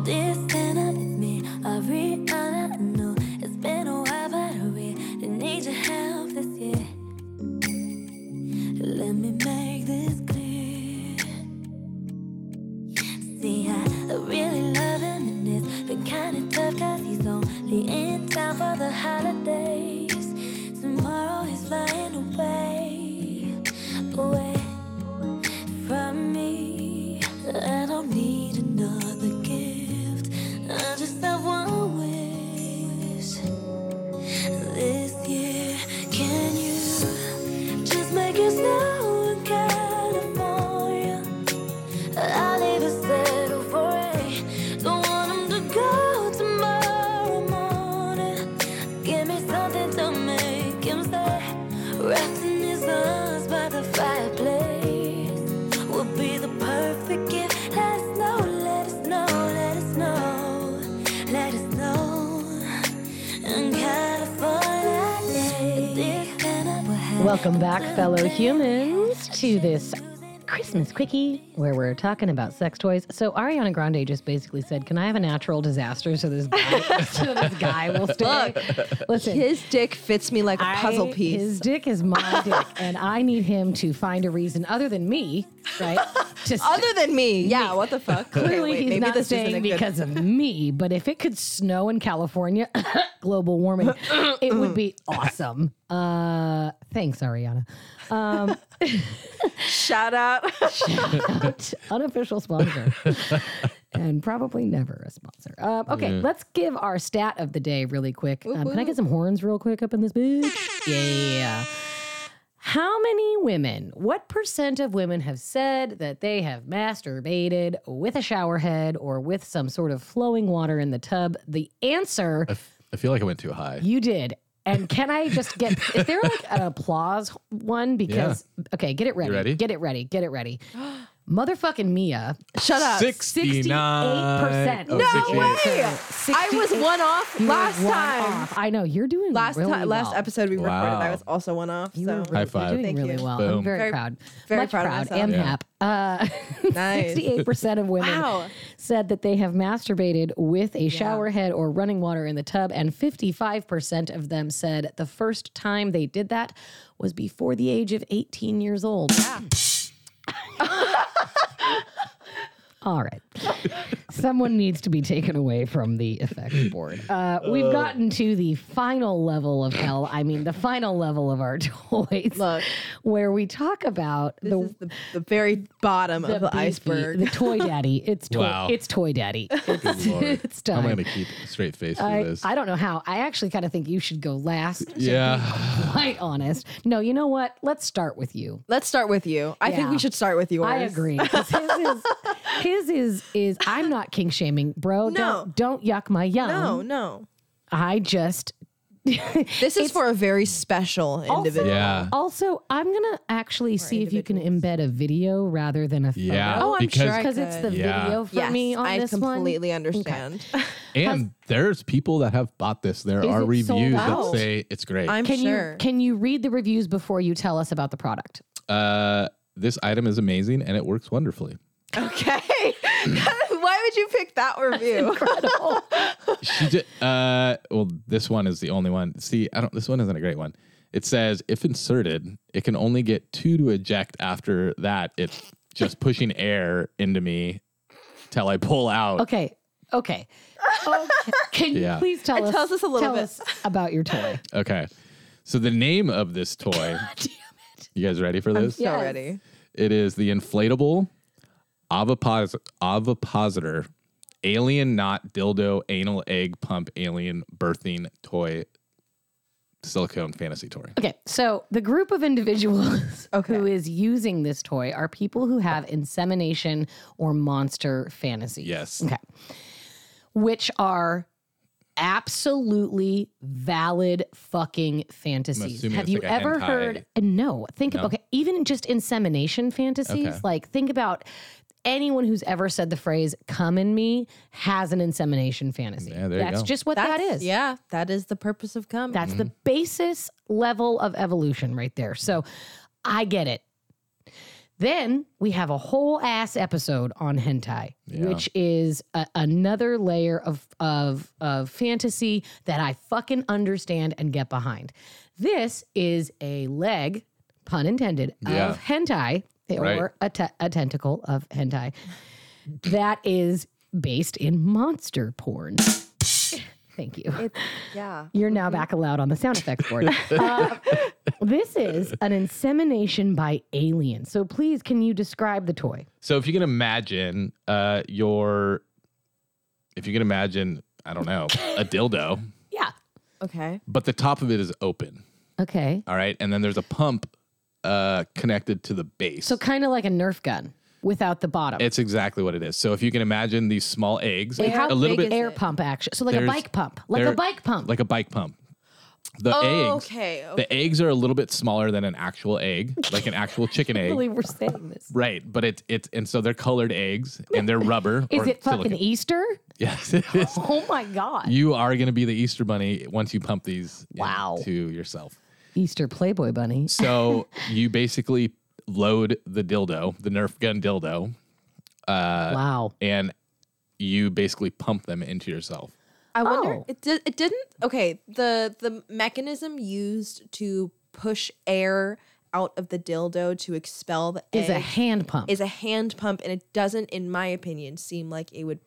Speaker 3: This kind of me, I realize I know it's been a while, but I really need your help this year. Let me make this clear. See, I really love him, and it's been kind of tough because he's only in town for the holidays. Tomorrow he's flying away, away from me. I don't need another gift. I just have one wish this year. Can you just make it snow in California? I'll even settle for it. Don't want 'em to go tomorrow morning. Give me something to make him stay. Wrapped in his arms by the fireplace would be the perfect gift. Let us know, let us know, let us know, let us know. And California day.
Speaker 5: Welcome back, fellow humans, to this Christmas quickie where we're talking about sex toys. So Ariana Grande just basically said, "Can I have a natural disaster so this guy, so this guy will stay?" Listen,
Speaker 2: His dick fits me like a puzzle
Speaker 5: I-
Speaker 2: piece.
Speaker 5: His dick is my dick, and I need him to find a reason other than me, right? To stay.
Speaker 2: Other than me. Yeah, what the fuck?
Speaker 5: Clearly,
Speaker 2: wait,
Speaker 5: he's
Speaker 2: maybe
Speaker 5: not
Speaker 2: this isn't
Speaker 5: staying
Speaker 2: a good-
Speaker 5: because of me. But if it could snow in California, global warming, it would be awesome. Uh, thanks, Ariana.
Speaker 2: Shout out.
Speaker 5: Unofficial sponsor, and probably never a sponsor. Um, okay, let's give our stat of the day really quick. Um, can I get some horns real quick up in this bitch? Yeah. How many women, what percent of women have said that they have masturbated with a shower head or with some sort of flowing water in the tub? The answer
Speaker 4: I, f- I feel like I went too high.
Speaker 5: you did. And can I just get, is there like an applause one? Because, okay, get it ready.
Speaker 4: ready?
Speaker 5: Get it ready. Get it ready. Motherfucking Mia,
Speaker 2: Shut up.
Speaker 4: 69.
Speaker 5: 68%.
Speaker 4: Oh,
Speaker 5: No
Speaker 4: 68.
Speaker 2: way. I was one off
Speaker 5: You were
Speaker 2: last
Speaker 5: one
Speaker 2: time.
Speaker 5: off. I know you're doing
Speaker 2: Last
Speaker 5: really
Speaker 2: time, last
Speaker 5: well.
Speaker 2: episode we
Speaker 4: Wow.
Speaker 2: recorded, I was also one off.
Speaker 5: You were
Speaker 2: So
Speaker 5: really,
Speaker 4: High
Speaker 5: you're
Speaker 4: five.
Speaker 5: doing
Speaker 2: Thank
Speaker 5: really
Speaker 2: you.
Speaker 5: well. I'm
Speaker 4: Boom.
Speaker 5: very,
Speaker 2: Very-
Speaker 5: proud.
Speaker 2: very
Speaker 5: Much
Speaker 2: proud of
Speaker 5: proud.
Speaker 2: myself.
Speaker 5: and
Speaker 4: Yeah.
Speaker 5: hap. Uh,
Speaker 2: Nice.
Speaker 5: 68% of women
Speaker 2: Wow.
Speaker 5: said that they have masturbated with a shower head or running water in the tub, and 55% of them said the first time they did that was before the age of 18 years old. All right. Someone needs to be taken away from the effects board. Uh, we've gotten to the final level of hell. I mean, the final level of our toys,
Speaker 2: Look.
Speaker 5: where we talk about
Speaker 2: This is the, the very bottom of the
Speaker 5: beefy-
Speaker 2: iceberg.
Speaker 5: the toy daddy. It's toy.
Speaker 4: Wow.
Speaker 5: It's toy daddy. It's, it's
Speaker 4: I'm
Speaker 5: time.
Speaker 4: gonna keep a straight face through
Speaker 5: I,
Speaker 4: this.
Speaker 5: I don't know how. I actually kind of think you should go last. To
Speaker 4: yeah,
Speaker 5: Be quite honest. No, you know what? Let's start with you.
Speaker 2: Let's start with you. I think
Speaker 5: Yeah.
Speaker 2: we should start with yours.
Speaker 5: I agree. 'cause His is, his is is I'm not king shaming, bro.
Speaker 2: No.
Speaker 5: Don't, don't yuck my yum.
Speaker 2: No, no.
Speaker 5: I just
Speaker 2: This is for a very special individual.
Speaker 4: yeah,
Speaker 5: also I'm gonna actually see if you can embed a video rather than a photo.
Speaker 4: yeah.
Speaker 2: Oh, I'm sure I
Speaker 5: Because it's the
Speaker 2: could.
Speaker 4: Yeah.
Speaker 5: video for
Speaker 2: Yes,
Speaker 5: me on
Speaker 2: I
Speaker 5: this
Speaker 2: completely
Speaker 5: one.
Speaker 2: understand.
Speaker 4: and there's people that have bought this. There
Speaker 5: Is
Speaker 4: are
Speaker 5: it sold
Speaker 4: reviews that
Speaker 5: out?
Speaker 4: say it's great.
Speaker 2: I'm
Speaker 5: Can
Speaker 2: sure.
Speaker 5: you can you read the reviews before you tell us about the product?
Speaker 4: uh, this item is amazing and it works wonderfully.
Speaker 2: okay. Why would you pick that review?
Speaker 4: She did. Uh, well, this one is the only one. See, I don't. This one isn't a great one. It says if inserted, it can only get two to eject. After that, it's just pushing air into me till I pull out.
Speaker 5: Okay. Okay. okay. Can
Speaker 4: Yeah.
Speaker 5: you please tell
Speaker 2: It
Speaker 5: us
Speaker 2: tells us a little
Speaker 5: tell
Speaker 2: bit.
Speaker 5: us about your toy?
Speaker 4: Okay. So the name of this toy. You guys ready for this?
Speaker 2: so ready.
Speaker 4: It is the inflatable avopos- ovipositor alien knot dildo anal egg pump alien birthing toy silicone fantasy toy.
Speaker 5: Okay, so the group of individuals who
Speaker 2: Okay.
Speaker 5: is using this toy are people who have insemination or monster fantasies.
Speaker 4: Yes.
Speaker 5: Okay. Which are absolutely valid fucking fantasies.
Speaker 4: assuming
Speaker 5: Have
Speaker 4: it's
Speaker 5: you
Speaker 4: like a
Speaker 5: ever
Speaker 4: hentai-
Speaker 5: heard? No. Think okay, even just insemination fantasies.
Speaker 4: Okay.
Speaker 5: Like think about anyone who's ever said the phrase "come in me" has an insemination fantasy.
Speaker 4: Yeah, there you
Speaker 5: That's
Speaker 4: go.
Speaker 5: just what that is.
Speaker 2: Yeah, that is the purpose of coming.
Speaker 5: Um, That's
Speaker 4: Mm-hmm.
Speaker 5: the basis level of evolution right there. So I get it. Then we have a whole ass episode on hentai, which is a, another layer of, of of fantasy that I fucking understand and get behind. This is a leg, pun intended,
Speaker 4: Yeah.
Speaker 5: of hentai or
Speaker 4: Right.
Speaker 5: a, te- a tentacle of hentai that is based in monster porn. Thank you.
Speaker 2: yeah.
Speaker 5: You're now back allowed on the sound effects board. Uh, this is an insemination by alien. So please, can you describe the toy?
Speaker 4: So if you can imagine uh your if you can imagine, I don't know, a dildo,
Speaker 5: Yeah.
Speaker 2: Okay.
Speaker 4: but the top of it is open.
Speaker 5: Okay.
Speaker 4: All right. And then there's a pump uh connected to the base.
Speaker 5: So kind of like a Nerf gun without the bottom.
Speaker 4: it's exactly what it is. So if you can imagine these small eggs,
Speaker 5: Like how
Speaker 4: a little
Speaker 5: big
Speaker 4: bit
Speaker 5: is air pump action. So like a
Speaker 4: There's-
Speaker 5: bike pump. Like a
Speaker 4: there-
Speaker 5: bike pump.
Speaker 4: like a bike pump. The
Speaker 2: Oh,
Speaker 4: eggs,
Speaker 2: okay. okay.
Speaker 4: the eggs are a little bit smaller than an actual egg, like an actual chicken
Speaker 5: I
Speaker 4: egg,
Speaker 5: believe we're saying this.
Speaker 4: right? But it's it's and so they're colored eggs and they're rubber.
Speaker 5: Is
Speaker 4: or
Speaker 5: it fucking e-
Speaker 4: silicone.
Speaker 5: Easter?
Speaker 4: Yes, it is.
Speaker 5: Oh my God.
Speaker 4: You are going to be the Easter bunny once you pump these
Speaker 5: Wow.
Speaker 4: to yourself.
Speaker 5: Easter Playboy Bunny.
Speaker 4: So you basically load the dildo, the Nerf gun dildo, Uh,
Speaker 5: wow.
Speaker 4: and you basically pump them into yourself.
Speaker 2: I wonder.
Speaker 5: Oh.
Speaker 2: It did. It didn't. Okay. The the mechanism used to push air out of the dildo to expel the
Speaker 5: Is a
Speaker 2: egg
Speaker 5: hand pump.
Speaker 2: is a hand pump, and it doesn't, in my opinion, seem like it would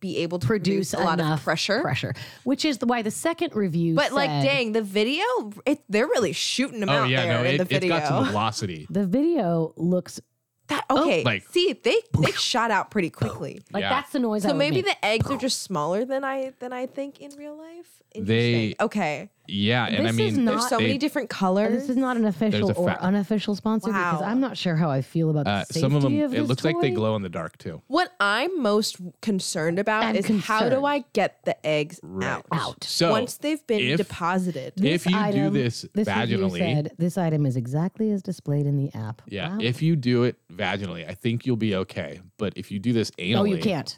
Speaker 2: be able to
Speaker 5: produce
Speaker 2: produce, a lot
Speaker 5: enough
Speaker 2: of pressure.
Speaker 5: Pressure. Which is the, why the second review
Speaker 2: But like,
Speaker 5: said-
Speaker 2: dang, the video, it, they're really shooting them
Speaker 4: Oh
Speaker 2: out
Speaker 4: yeah,
Speaker 2: there
Speaker 4: no,
Speaker 2: in
Speaker 4: it,
Speaker 2: the
Speaker 4: it's
Speaker 2: video.
Speaker 4: got some velocity.
Speaker 5: The video looks
Speaker 2: That-
Speaker 5: Oh,
Speaker 2: okay,
Speaker 4: Like-
Speaker 2: see, they they shot out pretty quickly.
Speaker 5: Like
Speaker 4: Yeah.
Speaker 5: that's the noise. I
Speaker 2: So
Speaker 5: would
Speaker 2: maybe
Speaker 5: make.
Speaker 2: the eggs are just smaller than I than I think in real life.
Speaker 4: They-
Speaker 2: Interesting. okay.
Speaker 4: Yeah, and I
Speaker 5: This
Speaker 4: mean,
Speaker 5: is not-
Speaker 2: There's so
Speaker 4: they-
Speaker 2: many different colors.
Speaker 5: this is not an official
Speaker 4: a
Speaker 5: or
Speaker 4: fa-
Speaker 5: unofficial sponsor because
Speaker 2: Wow.
Speaker 5: I'm not sure how I feel about the
Speaker 4: uh,
Speaker 5: safety
Speaker 4: some of them.
Speaker 5: of
Speaker 4: it
Speaker 5: this
Speaker 4: looks like they
Speaker 5: toy.
Speaker 4: glow in the dark too.
Speaker 2: what I'm most concerned about
Speaker 5: I'm
Speaker 2: is how do
Speaker 5: concerned.
Speaker 2: I get the eggs out?
Speaker 5: Out.
Speaker 4: So
Speaker 2: Once they've been
Speaker 4: if-
Speaker 2: deposited.
Speaker 4: if you
Speaker 5: item-
Speaker 4: do this,
Speaker 5: review
Speaker 4: vaginally,
Speaker 5: said, this item is exactly as displayed in the app.
Speaker 4: yeah,
Speaker 5: Wow.
Speaker 4: if you do it vaginally, I think you'll be okay. But if you do this anally,
Speaker 5: oh, you can't.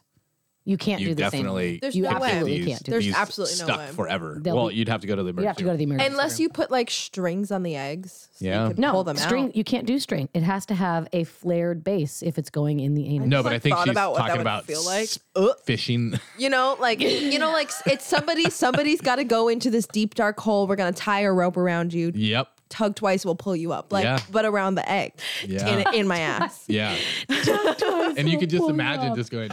Speaker 5: You can't
Speaker 4: You
Speaker 5: do the
Speaker 4: definitely
Speaker 5: same.
Speaker 2: There's
Speaker 5: you
Speaker 2: no way.
Speaker 5: absolutely
Speaker 4: these,
Speaker 5: can't do
Speaker 2: There's
Speaker 4: these
Speaker 2: absolutely no
Speaker 4: stuck
Speaker 2: way.
Speaker 4: forever.
Speaker 5: They'll
Speaker 4: well,
Speaker 5: be-
Speaker 4: you'd have to go to the emergency.
Speaker 5: You have to go to the emergency
Speaker 2: Unless you put like strings on the eggs. So
Speaker 4: Yeah.
Speaker 2: You can
Speaker 5: no
Speaker 2: pull them
Speaker 5: string.
Speaker 2: out.
Speaker 5: You can't do string. It has to have a flared base if it's going in the anus.
Speaker 4: No,
Speaker 2: just,
Speaker 4: but I
Speaker 2: like,
Speaker 4: think
Speaker 2: thought
Speaker 4: she's
Speaker 2: about what that
Speaker 4: talking
Speaker 2: would
Speaker 4: about
Speaker 2: feel like.
Speaker 4: s-
Speaker 2: Ugh.
Speaker 4: fishing.
Speaker 2: You know, like you know, like it's somebody. Somebody's got to go into this deep dark hole. We're gonna tie a rope around you.
Speaker 4: yep.
Speaker 2: Tug twice, we'll pull you up. Like,
Speaker 4: Yeah.
Speaker 2: but around the egg.
Speaker 4: Yeah.
Speaker 2: In, in my ass.
Speaker 4: Yeah. and you could just imagine just going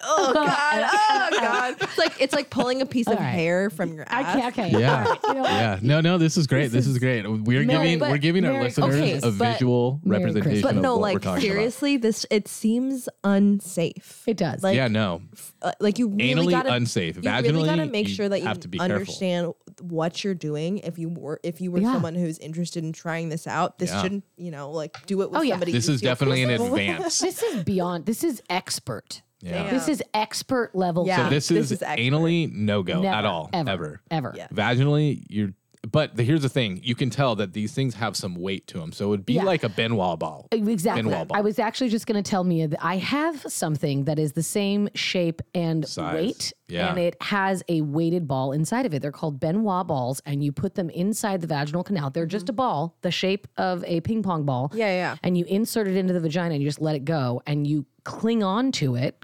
Speaker 2: oh god, oh god. It's like it's like pulling a piece of
Speaker 5: right.
Speaker 2: hair from your
Speaker 5: I
Speaker 2: ass.
Speaker 5: can't. Okay.
Speaker 4: Yeah.
Speaker 5: All right, you know what?
Speaker 4: Yeah. No, no, this is great. This, is, great. We're
Speaker 5: Merry-
Speaker 4: giving
Speaker 5: but-
Speaker 4: we're giving our
Speaker 5: Merry-
Speaker 4: listeners
Speaker 5: okay,
Speaker 4: a
Speaker 5: but-
Speaker 4: visual
Speaker 5: Merry
Speaker 4: representation
Speaker 5: Christmas.
Speaker 2: But
Speaker 4: of
Speaker 2: no,
Speaker 4: what we're
Speaker 2: like
Speaker 4: talking
Speaker 2: seriously, this it seems unsafe.
Speaker 5: It does.
Speaker 4: about.
Speaker 2: Like,
Speaker 4: yeah, no.
Speaker 2: uh, like you really
Speaker 4: Anally
Speaker 2: gotta,
Speaker 4: unsafe.
Speaker 2: You really gotta
Speaker 4: Vaginally,
Speaker 2: make
Speaker 4: you
Speaker 2: sure that you
Speaker 4: have to be careful.
Speaker 2: understand what you're doing. If you were, if you were
Speaker 5: Yeah.
Speaker 2: someone who's interested in trying this out, this
Speaker 4: Yeah.
Speaker 2: shouldn't, you know, like do it with
Speaker 5: Oh, yeah.
Speaker 2: somebody.
Speaker 4: This
Speaker 2: you
Speaker 4: is
Speaker 2: feel
Speaker 4: definitely an
Speaker 2: comfortable with.
Speaker 4: advance.
Speaker 5: This is beyond. This is expert.
Speaker 4: Yeah.
Speaker 5: This is expert level.
Speaker 2: Yeah.
Speaker 5: stuff.
Speaker 4: This,
Speaker 2: This
Speaker 4: is,
Speaker 2: is expert.
Speaker 4: anally no go
Speaker 5: Never,
Speaker 4: at all.
Speaker 5: Ever.
Speaker 4: ever.
Speaker 5: Ever.
Speaker 2: Yeah.
Speaker 4: vaginally you're but the, here's the thing you can tell that these things have some weight to them so it would be
Speaker 5: Yeah.
Speaker 4: like a benoit ball
Speaker 5: Exactly.
Speaker 4: Pinwall ball.
Speaker 5: I was actually just going to tell Mia that I have something that is the same shape and
Speaker 4: Size.
Speaker 5: weight,
Speaker 4: Yeah.
Speaker 5: and it has a weighted ball inside of it. They're called Benoit balls, and you put them inside the vaginal canal. They're just a ball, the shape of a ping pong ball.
Speaker 2: Mm-hmm. Yeah, yeah.
Speaker 5: And you insert it into the vagina and you just let it go, and you cling on to it,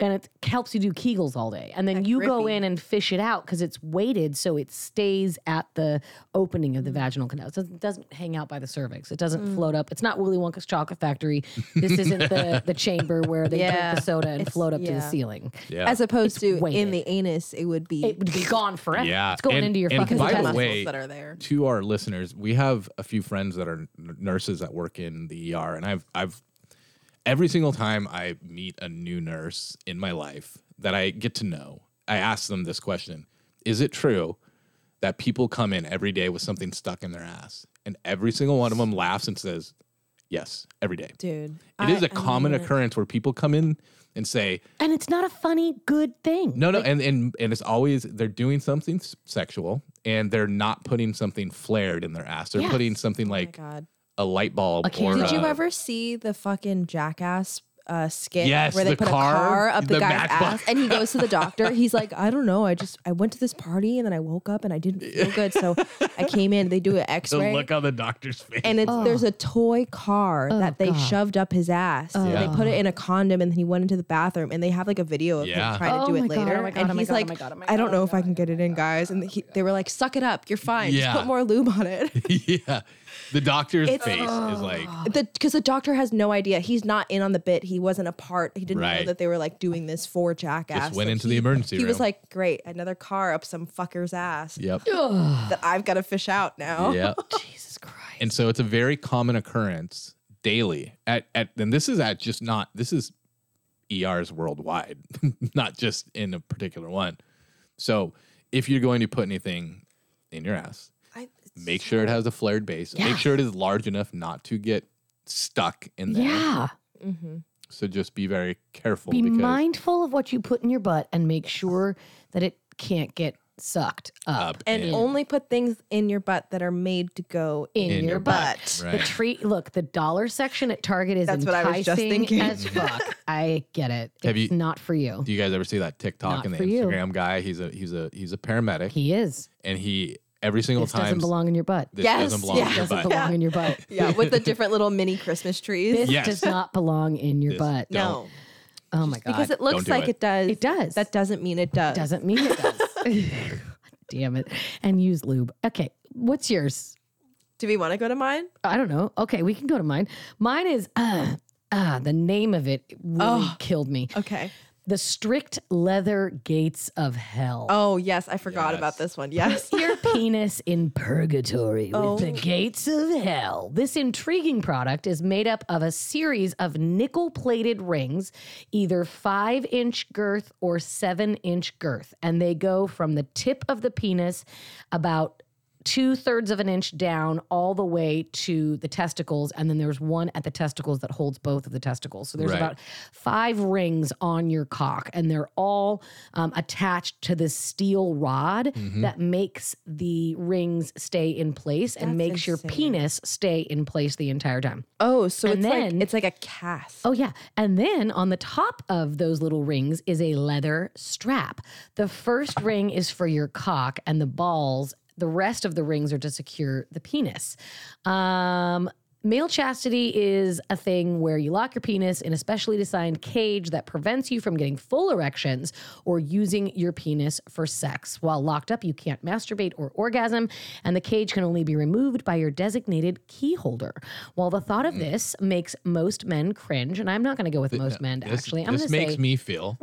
Speaker 5: and it helps you do Kegels all day. And then you go
Speaker 2: grippy.
Speaker 5: in and fish it out because it's weighted, so it stays at the opening
Speaker 2: Mm.
Speaker 5: of the vaginal canal. So it doesn't hang out by the cervix. It doesn't float up. It's not Willy Wonka's chocolate factory. This isn't the, the chamber where they
Speaker 2: Yeah.
Speaker 5: drink the soda and
Speaker 2: It's-
Speaker 5: float up to the
Speaker 2: yeah.
Speaker 5: ceiling.
Speaker 4: yeah
Speaker 2: As opposed to in
Speaker 5: weighted.
Speaker 2: the anus, it would be
Speaker 5: It would be gone forever.
Speaker 4: yeah
Speaker 5: It's going
Speaker 4: And-
Speaker 5: into your
Speaker 4: and
Speaker 5: fucking
Speaker 4: by the
Speaker 5: intestines.
Speaker 4: way
Speaker 2: that are there.
Speaker 4: to our listeners we have a few friends that are n- nurses that work in the er and i've i've every single time i meet a new nurse in my life that i get to know i ask them this question is it true that people come in every day with something stuck in their ass and every single one of them laughs and says yes every day
Speaker 2: dude.
Speaker 4: It
Speaker 2: I-
Speaker 4: is a common occurrence where people come in and say,
Speaker 5: And it's not a funny, good thing.
Speaker 4: no, no, and, and and it's always they're doing something s- sexual and they're not putting something flared in their ass. They're
Speaker 5: Yes.
Speaker 4: putting something like
Speaker 2: Oh God.
Speaker 4: a light bulb. or uh,
Speaker 5: candle.
Speaker 2: Did you
Speaker 4: a-
Speaker 2: ever see the fucking jackass uh, skit
Speaker 4: Yes,
Speaker 2: where they
Speaker 4: the
Speaker 2: put
Speaker 4: car,
Speaker 2: a car up the,
Speaker 4: the
Speaker 2: guy's ass
Speaker 4: matchbox.
Speaker 2: and he goes to the doctor? He's like, I don't know. I just I went to this party and then I woke up and I didn't feel good, so I came in. They do an X
Speaker 4: the
Speaker 2: ray.
Speaker 4: look on the doctor's face?
Speaker 2: And it's there's a toy car that they
Speaker 5: Oh. God. Oh.
Speaker 2: shoved up his ass. and They
Speaker 4: Yeah.
Speaker 2: put it in a condom and he went into the bathroom and they have like a video of
Speaker 4: Yeah.
Speaker 2: him trying to
Speaker 5: Oh
Speaker 2: do
Speaker 5: my
Speaker 2: it
Speaker 5: God, oh
Speaker 2: later.
Speaker 5: my God,
Speaker 2: and
Speaker 5: oh my
Speaker 2: he's
Speaker 5: God, oh
Speaker 2: like,
Speaker 5: my God, oh my
Speaker 2: I
Speaker 5: God,
Speaker 2: don't
Speaker 5: oh
Speaker 2: know
Speaker 5: my
Speaker 2: if I can get it in, guys. And he, they were like, suck it up. You're fine.
Speaker 4: Yeah.
Speaker 2: Just put more lube on it.
Speaker 4: yeah, the doctor's
Speaker 2: It's- Oh.
Speaker 4: face is like,
Speaker 2: because the, doctor has no idea. He's not in on the bit. He wasn't a part. He didn't know
Speaker 4: Right.
Speaker 2: that they were like doing this for Jackass.
Speaker 4: Just went
Speaker 2: Like,
Speaker 4: into
Speaker 2: he-
Speaker 4: the emergency
Speaker 2: He was
Speaker 4: room.
Speaker 2: like, "Great, another car up some fucker's ass
Speaker 4: yep,
Speaker 2: that I've got to fish out now."
Speaker 4: yep.
Speaker 5: Jesus Christ.
Speaker 4: And so it's a very common occurrence daily. At at and this is at just not this is ERs worldwide, not just in a particular one. So if you're going to put anything in your ass,
Speaker 2: I,
Speaker 4: make sure it has a flared base.
Speaker 5: Yeah.
Speaker 4: Make sure it is large enough not to get stuck in there.
Speaker 5: Yeah.
Speaker 2: Mm-hmm.
Speaker 4: So just be very careful
Speaker 5: Be
Speaker 4: because
Speaker 5: mindful of what you put in your butt and make sure that it can't get sucked up
Speaker 4: up
Speaker 2: and only put things in your butt that are made to go in.
Speaker 5: in,
Speaker 4: in
Speaker 5: your,
Speaker 4: your
Speaker 5: butt.
Speaker 2: butt.
Speaker 5: The
Speaker 4: right.
Speaker 5: treat look, the dollar section at Target is
Speaker 2: That's what I
Speaker 5: enticing
Speaker 2: was just thinking.
Speaker 5: as fuck. I get it. It's
Speaker 4: Have you-
Speaker 5: not for you.
Speaker 4: Do you guys ever see that TikTok
Speaker 5: Not
Speaker 4: and the
Speaker 5: for you.
Speaker 4: Instagram guy? He's a he's a he's a paramedic
Speaker 5: He is.
Speaker 4: and he every single
Speaker 5: This
Speaker 4: time
Speaker 5: doesn't belong in your butt.
Speaker 4: this
Speaker 2: Yes,
Speaker 4: doesn't belong
Speaker 2: yeah.
Speaker 4: in your
Speaker 5: doesn't
Speaker 4: butt.
Speaker 5: belong in your butt.
Speaker 2: Yeah, with the different little mini Christmas trees.
Speaker 5: This
Speaker 4: Yes.
Speaker 5: does not belong in your
Speaker 4: This
Speaker 5: butt.
Speaker 4: don't-
Speaker 2: no,
Speaker 5: Oh my god.
Speaker 2: because it
Speaker 4: Don't
Speaker 2: looks
Speaker 4: do
Speaker 2: like
Speaker 4: it.
Speaker 2: it. does.
Speaker 5: It does.
Speaker 2: That doesn't mean it does.
Speaker 5: doesn't mean it does. Damn it. And use lube. Okay. What's yours?
Speaker 2: Do we want to go to mine?
Speaker 5: I don't know. Okay, we can go to mine. Mine is uh uh the name of it really killed me.
Speaker 2: Okay.
Speaker 5: The strict leather gates of hell.
Speaker 2: Oh yes, I forgot about
Speaker 4: Yes.
Speaker 2: this one. Yes.
Speaker 5: Your penis in purgatory with the gates of hell. This intriguing product is made up of a series of nickel plated rings, either five inch girth or seven inch girth. And they go from the tip of the penis about two thirds of an inch down all the way to the testicles. And then there's one at the testicles that holds both of the testicles. So there's
Speaker 4: Right.
Speaker 5: about five rings on your cock, and they're all um, attached to this steel rod that makes the rings stay in place and makes your penis stay in place the entire time.
Speaker 2: Oh, so
Speaker 5: And
Speaker 2: it's
Speaker 5: then-
Speaker 2: like it's like a cast.
Speaker 5: Oh, yeah. And then on the top of those little rings is a leather strap. The first ring is for your cock and the balls. The rest of the rings are to secure the penis. Um, Male chastity is a thing where you lock your penis in a specially designed cage that prevents you from getting full erections or using your penis for sex. While locked up, you can't masturbate or orgasm, and the cage can only be removed by your designated key holder. While the thought
Speaker 4: Mm.
Speaker 5: of this makes most men cringe, and I'm not going to go with most men
Speaker 4: This-
Speaker 5: actually. I'm
Speaker 4: this
Speaker 5: going to
Speaker 4: makes
Speaker 5: say
Speaker 4: me feel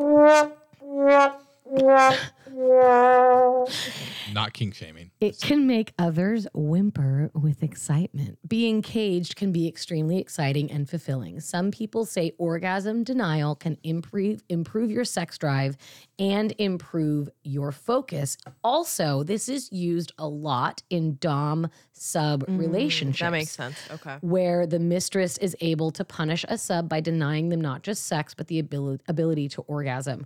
Speaker 4: not king shaming.
Speaker 5: It can make others whimper with excitement. Being caged can be extremely exciting and fulfilling. Some people say orgasm denial can improve improve your sex drive and improve your focus. Also, this is used a lot in dom sub relationships
Speaker 2: Mm, That makes sense. Okay.
Speaker 5: where the mistress is able to punish a sub by denying them not just sex, but the ability, ability to orgasm.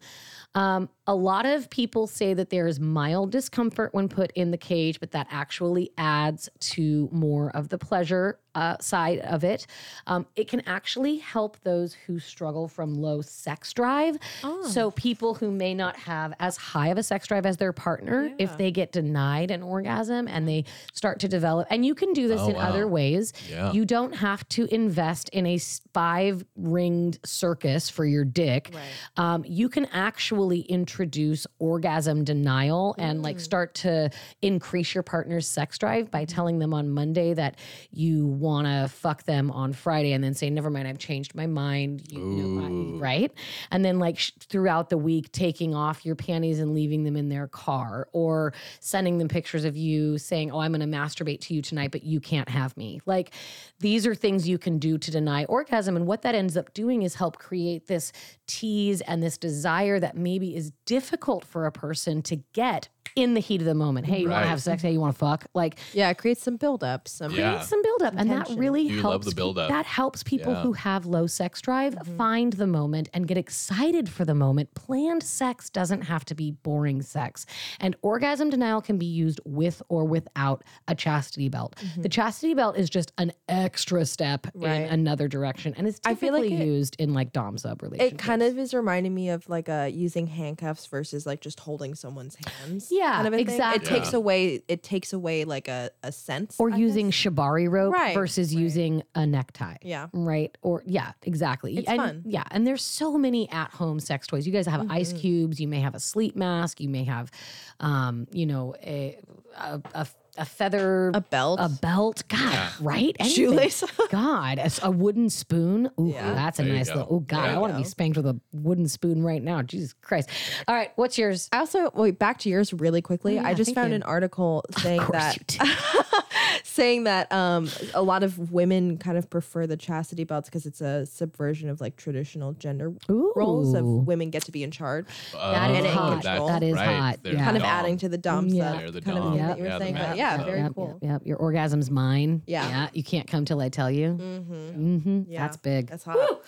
Speaker 5: Um, a lot of people say that there is mild discomfort when put in the cage, but that actually adds to more of the pleasure uh, side of it. Um, it can actually help those who struggle from low sex drive. So, people who may not have as high of a sex drive as their partner, if they get denied an orgasm and they start to develop, and you can do this in other ways.
Speaker 4: Yeah.
Speaker 5: You don't have to invest in a five ringed circus for your dick. Um, you can actually introduce orgasm denial and like start to increase your partner's sex drive by telling them on Monday that you want to fuck them on Friday and then say, never mind, I've changed my mind. You, you know, I- right. And then like sh- throughout the week, taking off your panties and leaving them in their car or sending them pictures of you saying, oh, I'm going to masturbate to you tonight, but you can't have me. Like these are things you can do to deny orgasm. And what that ends up doing is help create this tease and this desire that maybe is difficult for a person to get in the heat of the moment. Hey, you want
Speaker 4: Right.
Speaker 5: to have sex? Hey, you want to fuck? Like
Speaker 2: Yeah, it creates some buildup. Some
Speaker 4: Yeah.
Speaker 5: create some buildup, and that
Speaker 2: tension.
Speaker 5: really
Speaker 4: You love
Speaker 5: helps.
Speaker 4: the
Speaker 5: pe-
Speaker 4: buildup.
Speaker 5: That helps people
Speaker 4: Yeah.
Speaker 5: who have low sex drive
Speaker 2: Mm-hmm.
Speaker 5: find the moment and get excited for the moment. Planned sex doesn't have to be boring sex, and orgasm denial can be used with or without a chastity belt. The chastity belt is just an extra step
Speaker 2: Mm-hmm. Right.
Speaker 5: in another direction, and it's
Speaker 2: I
Speaker 5: typically
Speaker 2: feel like it-
Speaker 5: used in like dom sub relationships.
Speaker 2: It kind of is reminding me of like uh, using handcuffs versus like just holding someone's hands.
Speaker 5: Yeah,
Speaker 2: kind of a thing.
Speaker 5: exactly.
Speaker 2: It takes away. It takes away like a a sense.
Speaker 5: or using shibari rope
Speaker 2: Right,
Speaker 5: versus using a necktie.
Speaker 2: Yeah.
Speaker 5: Right. Or yeah, exactly.
Speaker 2: It's
Speaker 5: and,
Speaker 2: fun. Mm-hmm.
Speaker 5: Yeah. And there's so many at home sex toys. You guys have ice cubes. You may have a sleep mask. You may have, um, you know, a a, a, a feather.
Speaker 2: a belt.
Speaker 5: a belt, God, right? Anything.
Speaker 2: Shoelace.
Speaker 5: God, a, s- a wooden spoon. Ooh, that's a
Speaker 4: There you
Speaker 5: nice
Speaker 4: go.
Speaker 5: little. Oh God, I want to be spanked with a wooden spoon right now. Jesus Christ! All right, what's yours?
Speaker 2: I also wait back to yours really quickly. I just
Speaker 5: thank
Speaker 2: found
Speaker 5: you.
Speaker 2: an article saying
Speaker 5: course you
Speaker 2: that saying that um, a lot of women kind of prefer the chastity belts because it's a subversion of like traditional gender roles of
Speaker 5: Ooh.
Speaker 2: women get to be in charge.
Speaker 5: That
Speaker 2: is
Speaker 4: Oh,
Speaker 2: hot.
Speaker 4: that's
Speaker 2: That
Speaker 5: is
Speaker 4: right.
Speaker 5: hot.
Speaker 4: They're
Speaker 5: Yeah. Mm,
Speaker 2: Kind of
Speaker 4: dumb.
Speaker 2: adding to the dom
Speaker 5: Yeah.
Speaker 2: sub,
Speaker 4: They're the
Speaker 2: kind of
Speaker 4: dom.
Speaker 2: thing that you were
Speaker 4: Yeah, the
Speaker 2: saying.
Speaker 4: man
Speaker 2: But yeah,
Speaker 4: sub.
Speaker 2: very
Speaker 5: yep,
Speaker 2: cool.
Speaker 5: Yep, yep. Your orgasm's mine.
Speaker 2: Yeah. Mm,
Speaker 5: Yeah. You can't come till I tell you. Mm-hmm. That's big.
Speaker 2: That's hot.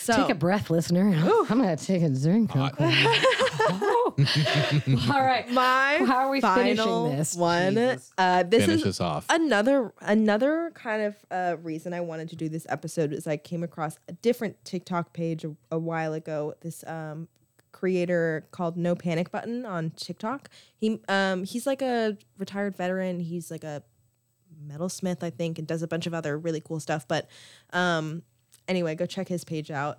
Speaker 2: So
Speaker 5: Take a breath, listener. I'm gonna take a drink. real quick. All right.
Speaker 2: my
Speaker 5: How are we finishing
Speaker 2: final
Speaker 5: this?
Speaker 2: one.
Speaker 5: Jesus.
Speaker 2: Uh, this
Speaker 4: Finish
Speaker 2: is
Speaker 4: us off.
Speaker 2: another another kind of uh, reason I wanted to do this episode is I came across a different TikTok page a, a while ago. This um, creator called No Panic Button on TikTok. He um, he's like a retired veteran. He's like a metalsmith, I think, and does a bunch of other really cool stuff. But um, anyway, go check his page out.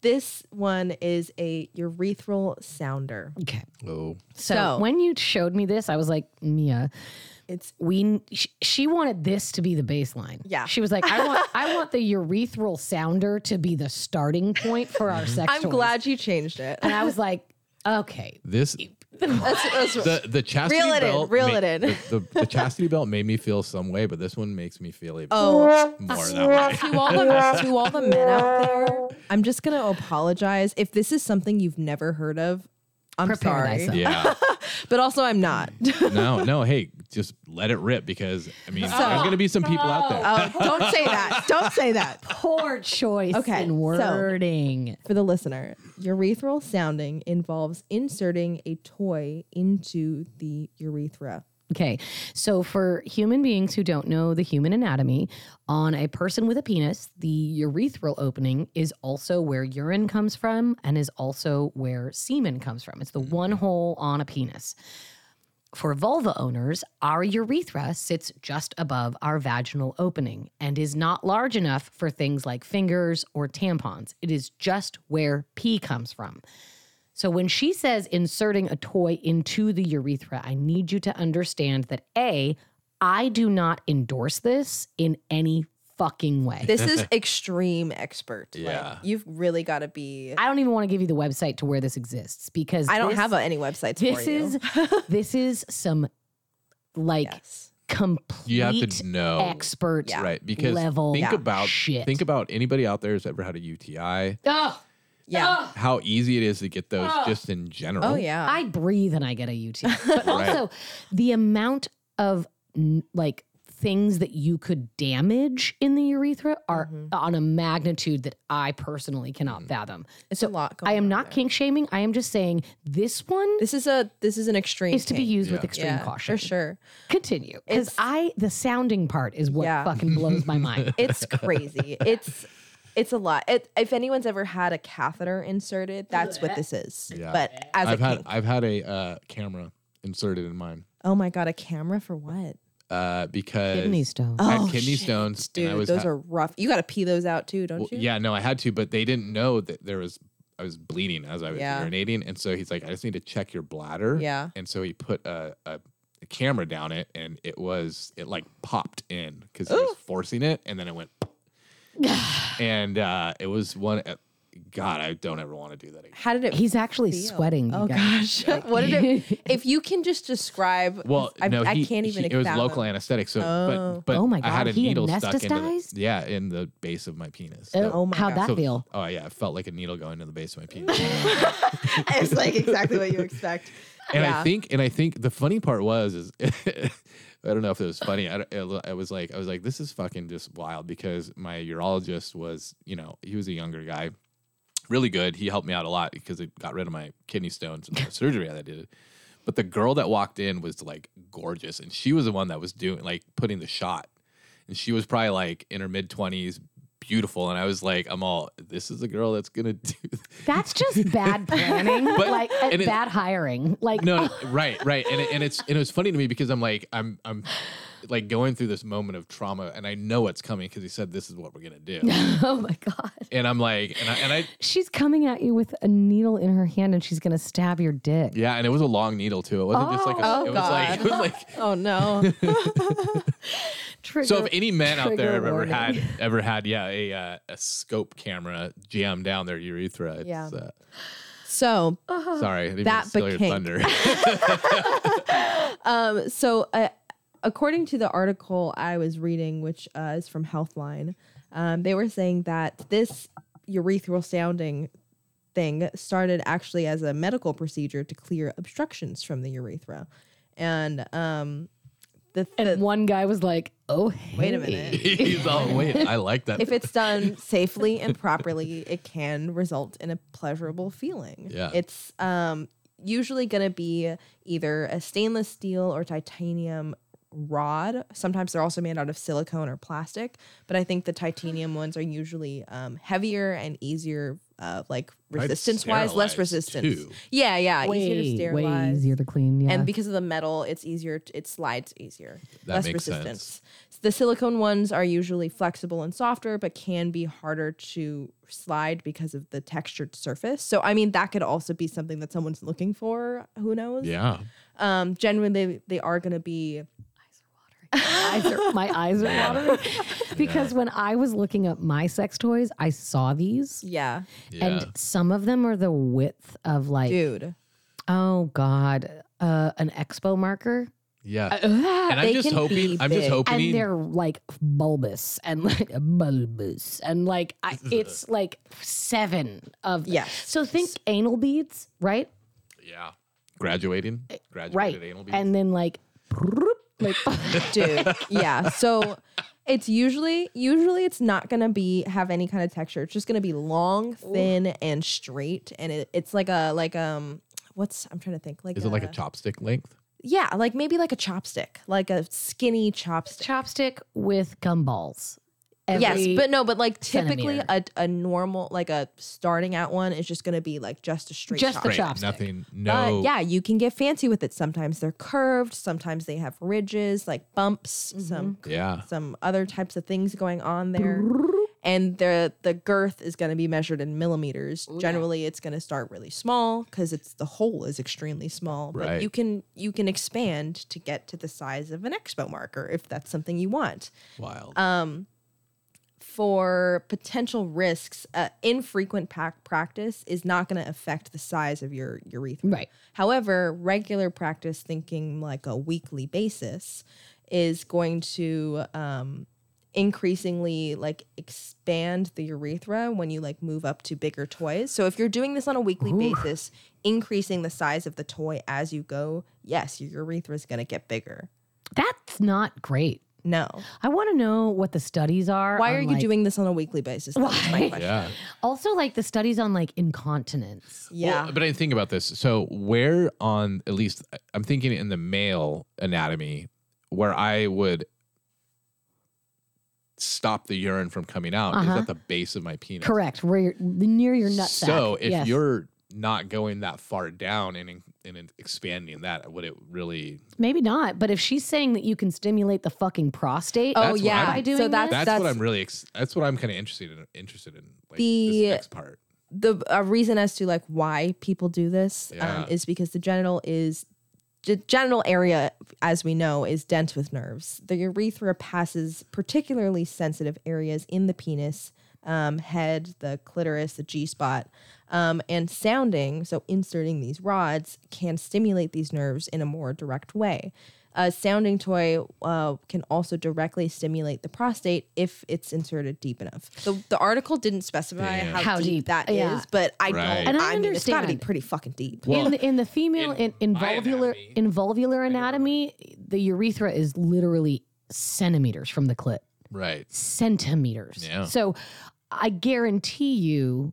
Speaker 2: This one is a urethral sounder.
Speaker 5: Okay.
Speaker 4: Oh,
Speaker 5: So,
Speaker 2: So-
Speaker 5: when you showed me this, I was like, Mia,
Speaker 2: It's
Speaker 5: we she, she wanted this to be the baseline.
Speaker 2: Yeah.
Speaker 5: She was like, I want I want the urethral sounder to be the starting point for our sex.
Speaker 2: I'm
Speaker 5: toys."
Speaker 2: glad you changed it.
Speaker 5: And I was like, okay.
Speaker 4: this the the chastity
Speaker 2: Reel it in,
Speaker 4: belt.
Speaker 2: reel
Speaker 4: ma-
Speaker 2: it in.
Speaker 4: The, the, the chastity belt made me feel some way, but this one makes me feel even
Speaker 2: Oh.
Speaker 4: more that way.
Speaker 2: to all the to all the men out there, I'm just gonna apologize if this is something you've never heard of. I'm
Speaker 5: Prepare
Speaker 2: sorry,
Speaker 5: thyself.
Speaker 4: Yeah.
Speaker 2: but also I'm not.
Speaker 4: No, no. Hey, just let it rip because I mean, there's gonna be some people out there.
Speaker 2: Oh, don't say that. Don't say that.
Speaker 5: Poor choice
Speaker 2: Okay, so-
Speaker 5: in wording.
Speaker 2: For the listener, urethral sounding involves inserting a toy into the urethra.
Speaker 5: Okay. So for human beings who don't know the human anatomy, on a person with a penis, the urethral opening is also where urine comes from and is also where semen comes from. It's the one hole on a penis. For vulva owners, our urethra sits just above our vaginal opening and is not large enough for things like fingers or tampons. It is just where pee comes from. So when she says inserting a toy into the urethra, I need you to understand that A, I do not endorse this in any fucking way.
Speaker 2: This is extreme expert. Like,
Speaker 4: Yeah.
Speaker 2: you've really got to be.
Speaker 5: I don't even want to give you the website to where this exists because
Speaker 2: I don't
Speaker 5: this-
Speaker 2: have uh, any websites
Speaker 5: this
Speaker 2: for you.
Speaker 5: is this is some like
Speaker 2: yes.
Speaker 5: complete
Speaker 4: You have to know.
Speaker 5: expert
Speaker 2: Yeah.
Speaker 4: Right. Because
Speaker 5: level
Speaker 4: think
Speaker 5: yeah.
Speaker 4: about
Speaker 5: shit.
Speaker 4: think about anybody out there who's ever had a UTI,
Speaker 5: Oh,
Speaker 2: Yeah.
Speaker 4: how easy it is to get those just in general.
Speaker 2: Oh yeah.
Speaker 5: I breathe and I get a UTI.
Speaker 4: Right.
Speaker 5: But also the amount of n- like things that you could damage in the urethra are
Speaker 2: Mm-hmm.
Speaker 5: on a magnitude that I personally cannot
Speaker 4: Mm.
Speaker 5: fathom.
Speaker 2: it's a lot. Going
Speaker 5: I am
Speaker 2: on
Speaker 5: not
Speaker 2: there.
Speaker 5: kink shaming. I am just saying this one
Speaker 2: This is a. This is an extreme.
Speaker 5: is to be
Speaker 2: kink.
Speaker 5: used with
Speaker 4: Yeah.
Speaker 5: extreme
Speaker 2: Yeah,
Speaker 5: caution.
Speaker 2: for sure.
Speaker 5: Continue. Because
Speaker 2: It's-
Speaker 5: I the sounding part is what
Speaker 2: Yeah.
Speaker 5: fucking blows my mind.
Speaker 2: It's crazy. it's it's a lot. It, if anyone's ever had a catheter inserted, that's what this is.
Speaker 4: Yeah.
Speaker 2: But as
Speaker 4: I've
Speaker 2: a
Speaker 4: had
Speaker 2: kink.
Speaker 4: I've had a uh, camera inserted in mine.
Speaker 2: oh my god, a camera for what?
Speaker 4: Uh, because
Speaker 5: Kidney stones.
Speaker 4: I had
Speaker 2: Oh,
Speaker 4: kidney
Speaker 2: shit,
Speaker 4: stones
Speaker 2: Dude,
Speaker 4: and I was
Speaker 2: those
Speaker 4: ha-
Speaker 2: are rough. You got to pee those out too, don't
Speaker 4: Well,
Speaker 2: you?
Speaker 4: yeah, no, I had to, but they didn't know that there was I was bleeding as I was
Speaker 2: Yeah.
Speaker 4: urinating, and so he's like, "I just need to check your bladder."
Speaker 2: Yeah.
Speaker 4: and so he put a, a, a camera down it, and it was it like popped in because he was forcing it, and then it went, and uh, it was one. uh, God, I don't ever want to do that again.
Speaker 2: How did it?
Speaker 5: He's actually sweating. you
Speaker 2: Oh
Speaker 5: guys.
Speaker 2: gosh, what did it? If you can just describe,
Speaker 4: Well,
Speaker 2: I,
Speaker 4: no,
Speaker 2: I
Speaker 4: he-
Speaker 2: can't even.
Speaker 4: he- it was
Speaker 2: fathom.
Speaker 4: local anesthetic, so
Speaker 2: Oh.
Speaker 4: but but
Speaker 5: Oh my
Speaker 4: I had
Speaker 5: God,
Speaker 4: a
Speaker 5: he
Speaker 4: needle stuck into the,
Speaker 5: anesthetized?
Speaker 4: yeah in the base of my penis. So-
Speaker 2: Oh my
Speaker 5: How'd
Speaker 2: God.
Speaker 5: that
Speaker 4: so-
Speaker 5: feel?
Speaker 4: Oh yeah, it felt like a needle going into the base of my penis.
Speaker 2: it's like exactly what you expect.
Speaker 4: And
Speaker 2: Yeah.
Speaker 4: I think, and I think the funny part was, is I don't know if it was funny. I, don't- I was like, I was like, this is fucking just wild because my urologist was, you know, he was a younger guy, really good. He helped me out a lot because it got rid of my kidney stones and the surgery that I did. But the girl that walked in was like gorgeous, and she was the one that was doing like putting the shot, and she was probably like in her mid twenties, beautiful. And I was like, I'm all, this is a girl that's gonna do.
Speaker 5: That's just bad planning,
Speaker 4: But-
Speaker 5: like and
Speaker 4: and it-
Speaker 5: bad hiring. Like
Speaker 4: no, no, right, right, and it, and it's and it was funny to me because I'm like I'm I'm like going through this moment of trauma, and I know it's coming because he said this is what we're gonna do,
Speaker 5: oh my god,
Speaker 4: and I'm like, and I, and I
Speaker 5: she's coming at you with a needle in her hand, and she's gonna stab your dick.
Speaker 4: yeah, and it was a long needle too. It wasn't just like a,
Speaker 2: Oh,
Speaker 4: it was like it was like.
Speaker 2: Oh no,
Speaker 5: Trigger.
Speaker 4: So if any men out there
Speaker 5: trigger
Speaker 4: have ever
Speaker 5: warning.
Speaker 4: had ever had yeah a uh, a scope camera jammed down their urethra, it's,
Speaker 2: Yeah.
Speaker 4: uh,
Speaker 2: so
Speaker 4: sorry, I didn't
Speaker 2: That
Speaker 4: mean to steal
Speaker 2: but
Speaker 4: your
Speaker 2: kink.
Speaker 4: thunder.
Speaker 2: so uh, according to the article I was reading, which uh, is from Healthline, um, they were saying that this urethral sounding thing started actually as a medical procedure to clear obstructions from the urethra, and um, the, the
Speaker 5: and one guy was like, "Oh, hey.
Speaker 2: wait a minute.
Speaker 4: He's all wait, I like that.
Speaker 2: If it's done safely and properly, it can result in a pleasurable feeling.
Speaker 4: Yeah.
Speaker 2: It's um, usually going to be either a stainless steel or titanium rod. Sometimes they're also made out of silicone or plastic, but I think the titanium ones are usually um, heavier and easier, uh, like
Speaker 4: I'd
Speaker 2: resistance wise, less
Speaker 4: sterilize,
Speaker 2: resistance.
Speaker 4: too.
Speaker 2: Yeah, yeah, easier to
Speaker 5: way, way
Speaker 2: sterilize.
Speaker 5: easier to clean." Yeah,
Speaker 2: And because of the metal, it's easier. t- It slides easier,
Speaker 4: That
Speaker 2: less
Speaker 4: makes
Speaker 2: resistance.
Speaker 4: sense.
Speaker 2: The silicone ones are usually flexible and softer, but can be harder to slide because of the textured surface. So, I mean, that could also be something that someone's looking for. Who knows?
Speaker 4: yeah,
Speaker 2: Um, generally, they, they are going to be.
Speaker 5: eyes are- my eyes are watering because when I was looking up my sex toys, I saw these,
Speaker 2: Yeah,
Speaker 4: yeah.
Speaker 5: and some of them are the width of like,
Speaker 2: dude.
Speaker 5: oh god, uh, an expo marker.
Speaker 4: yeah.
Speaker 5: Ah.
Speaker 4: and
Speaker 2: uh, they
Speaker 4: I'm just
Speaker 2: can be
Speaker 4: hoping. I'm just
Speaker 2: big.
Speaker 4: hoping.
Speaker 5: and they're like bulbous and like bulbous and like I, it's like seven of
Speaker 2: Yes.
Speaker 5: So think anal beads, right?
Speaker 4: Yeah. Graduating. Graduated
Speaker 5: Eh, Right,
Speaker 4: anal beads.
Speaker 5: and then like, broop, like
Speaker 2: dude yeah so it's usually usually it's not gonna be have any kind of texture it's just gonna be long thin and straight and it, it's like a like um what's i'm trying to think like
Speaker 4: Is it like a chopstick length?
Speaker 2: yeah like maybe like a chopstick like a skinny chopstick
Speaker 5: chopstick with gumballs. every
Speaker 2: yes, but no, but like typically
Speaker 5: centimeter.
Speaker 2: a, a normal like a starting out one is just going to be like just a straight
Speaker 5: Just the
Speaker 2: shot.
Speaker 5: shot. chopstick. Uh,
Speaker 4: Nothing.
Speaker 2: But
Speaker 4: No.
Speaker 2: yeah, you can get fancy with it. Sometimes they're curved, sometimes they have ridges, like bumps, some
Speaker 4: Mm-hmm. Yeah.
Speaker 2: some other types of things going on there. And the the girth is going to be measured in millimeters. Generally, it's going to start really small because it's the hole is extremely small.
Speaker 4: Right.
Speaker 2: But you can you can expand to get to the size of an expo marker if that's something you want
Speaker 4: Wild.
Speaker 5: Um,
Speaker 2: for potential risks, uh, infrequent pac- practice is not going to affect the size of your urethra.
Speaker 5: Right.
Speaker 2: However, regular practice, thinking like a weekly basis, is going to um, increasingly like expand the urethra when you like move up to bigger toys. So if you're doing this on a weekly basis, increasing the size of the toy as you go, yes, your urethra is going to get bigger.
Speaker 5: that's not great.
Speaker 2: No.
Speaker 5: I want to know what the studies are.
Speaker 2: Why
Speaker 5: on,
Speaker 2: are you
Speaker 5: like-
Speaker 2: doing this on a weekly basis? That's my
Speaker 5: Why?
Speaker 2: question.
Speaker 4: yeah.
Speaker 5: Also, like the studies on like incontinence.
Speaker 2: Yeah.
Speaker 4: Well, but I think about this. So where on at least I'm thinking in the male anatomy where I would stop the urine from coming out
Speaker 5: Uh-huh.
Speaker 4: is at the base of my penis.
Speaker 5: Correct. Where you're, near your nut.
Speaker 4: So if
Speaker 5: yes.
Speaker 4: you're not going that far down and and in- expanding that, would it really?
Speaker 5: maybe not, but if she's saying that you can stimulate the fucking prostate,
Speaker 2: Oh
Speaker 4: That's what
Speaker 2: yeah,
Speaker 4: I'm- By
Speaker 5: doing
Speaker 2: so that's,
Speaker 5: this?
Speaker 4: That's,
Speaker 2: that's
Speaker 4: what I'm really. Ex- that's what I'm kind of interested in. Interested in like
Speaker 2: The-
Speaker 4: this next part.
Speaker 2: the a reason as to like why people do this
Speaker 4: Yeah.
Speaker 2: um, is because the genital is the genital area, as we know, is dense with nerves. The urethra passes particularly sensitive areas in the penis, um, head, the clitoris, the G spot, um, and sounding. So inserting these rods can stimulate these nerves in a more direct way. A sounding toy uh, can also directly stimulate the prostate if it's inserted deep enough. The, the article didn't specify
Speaker 4: Damn.
Speaker 2: how,
Speaker 5: How deep,
Speaker 2: deep, that is,
Speaker 5: yeah.
Speaker 2: but I
Speaker 4: Right.
Speaker 2: don't.
Speaker 5: And
Speaker 2: I,
Speaker 5: I
Speaker 2: mean, it's got to be
Speaker 5: understand.
Speaker 2: pretty fucking deep.
Speaker 4: Well,
Speaker 5: in the, in the female in,
Speaker 4: in
Speaker 5: in
Speaker 4: my
Speaker 5: vulvular
Speaker 4: anatomy-
Speaker 5: in vulvular anatomy, the urethra is literally centimeters from the clit.
Speaker 4: Right.
Speaker 5: Centimeters.
Speaker 4: Yeah.
Speaker 5: So I guarantee you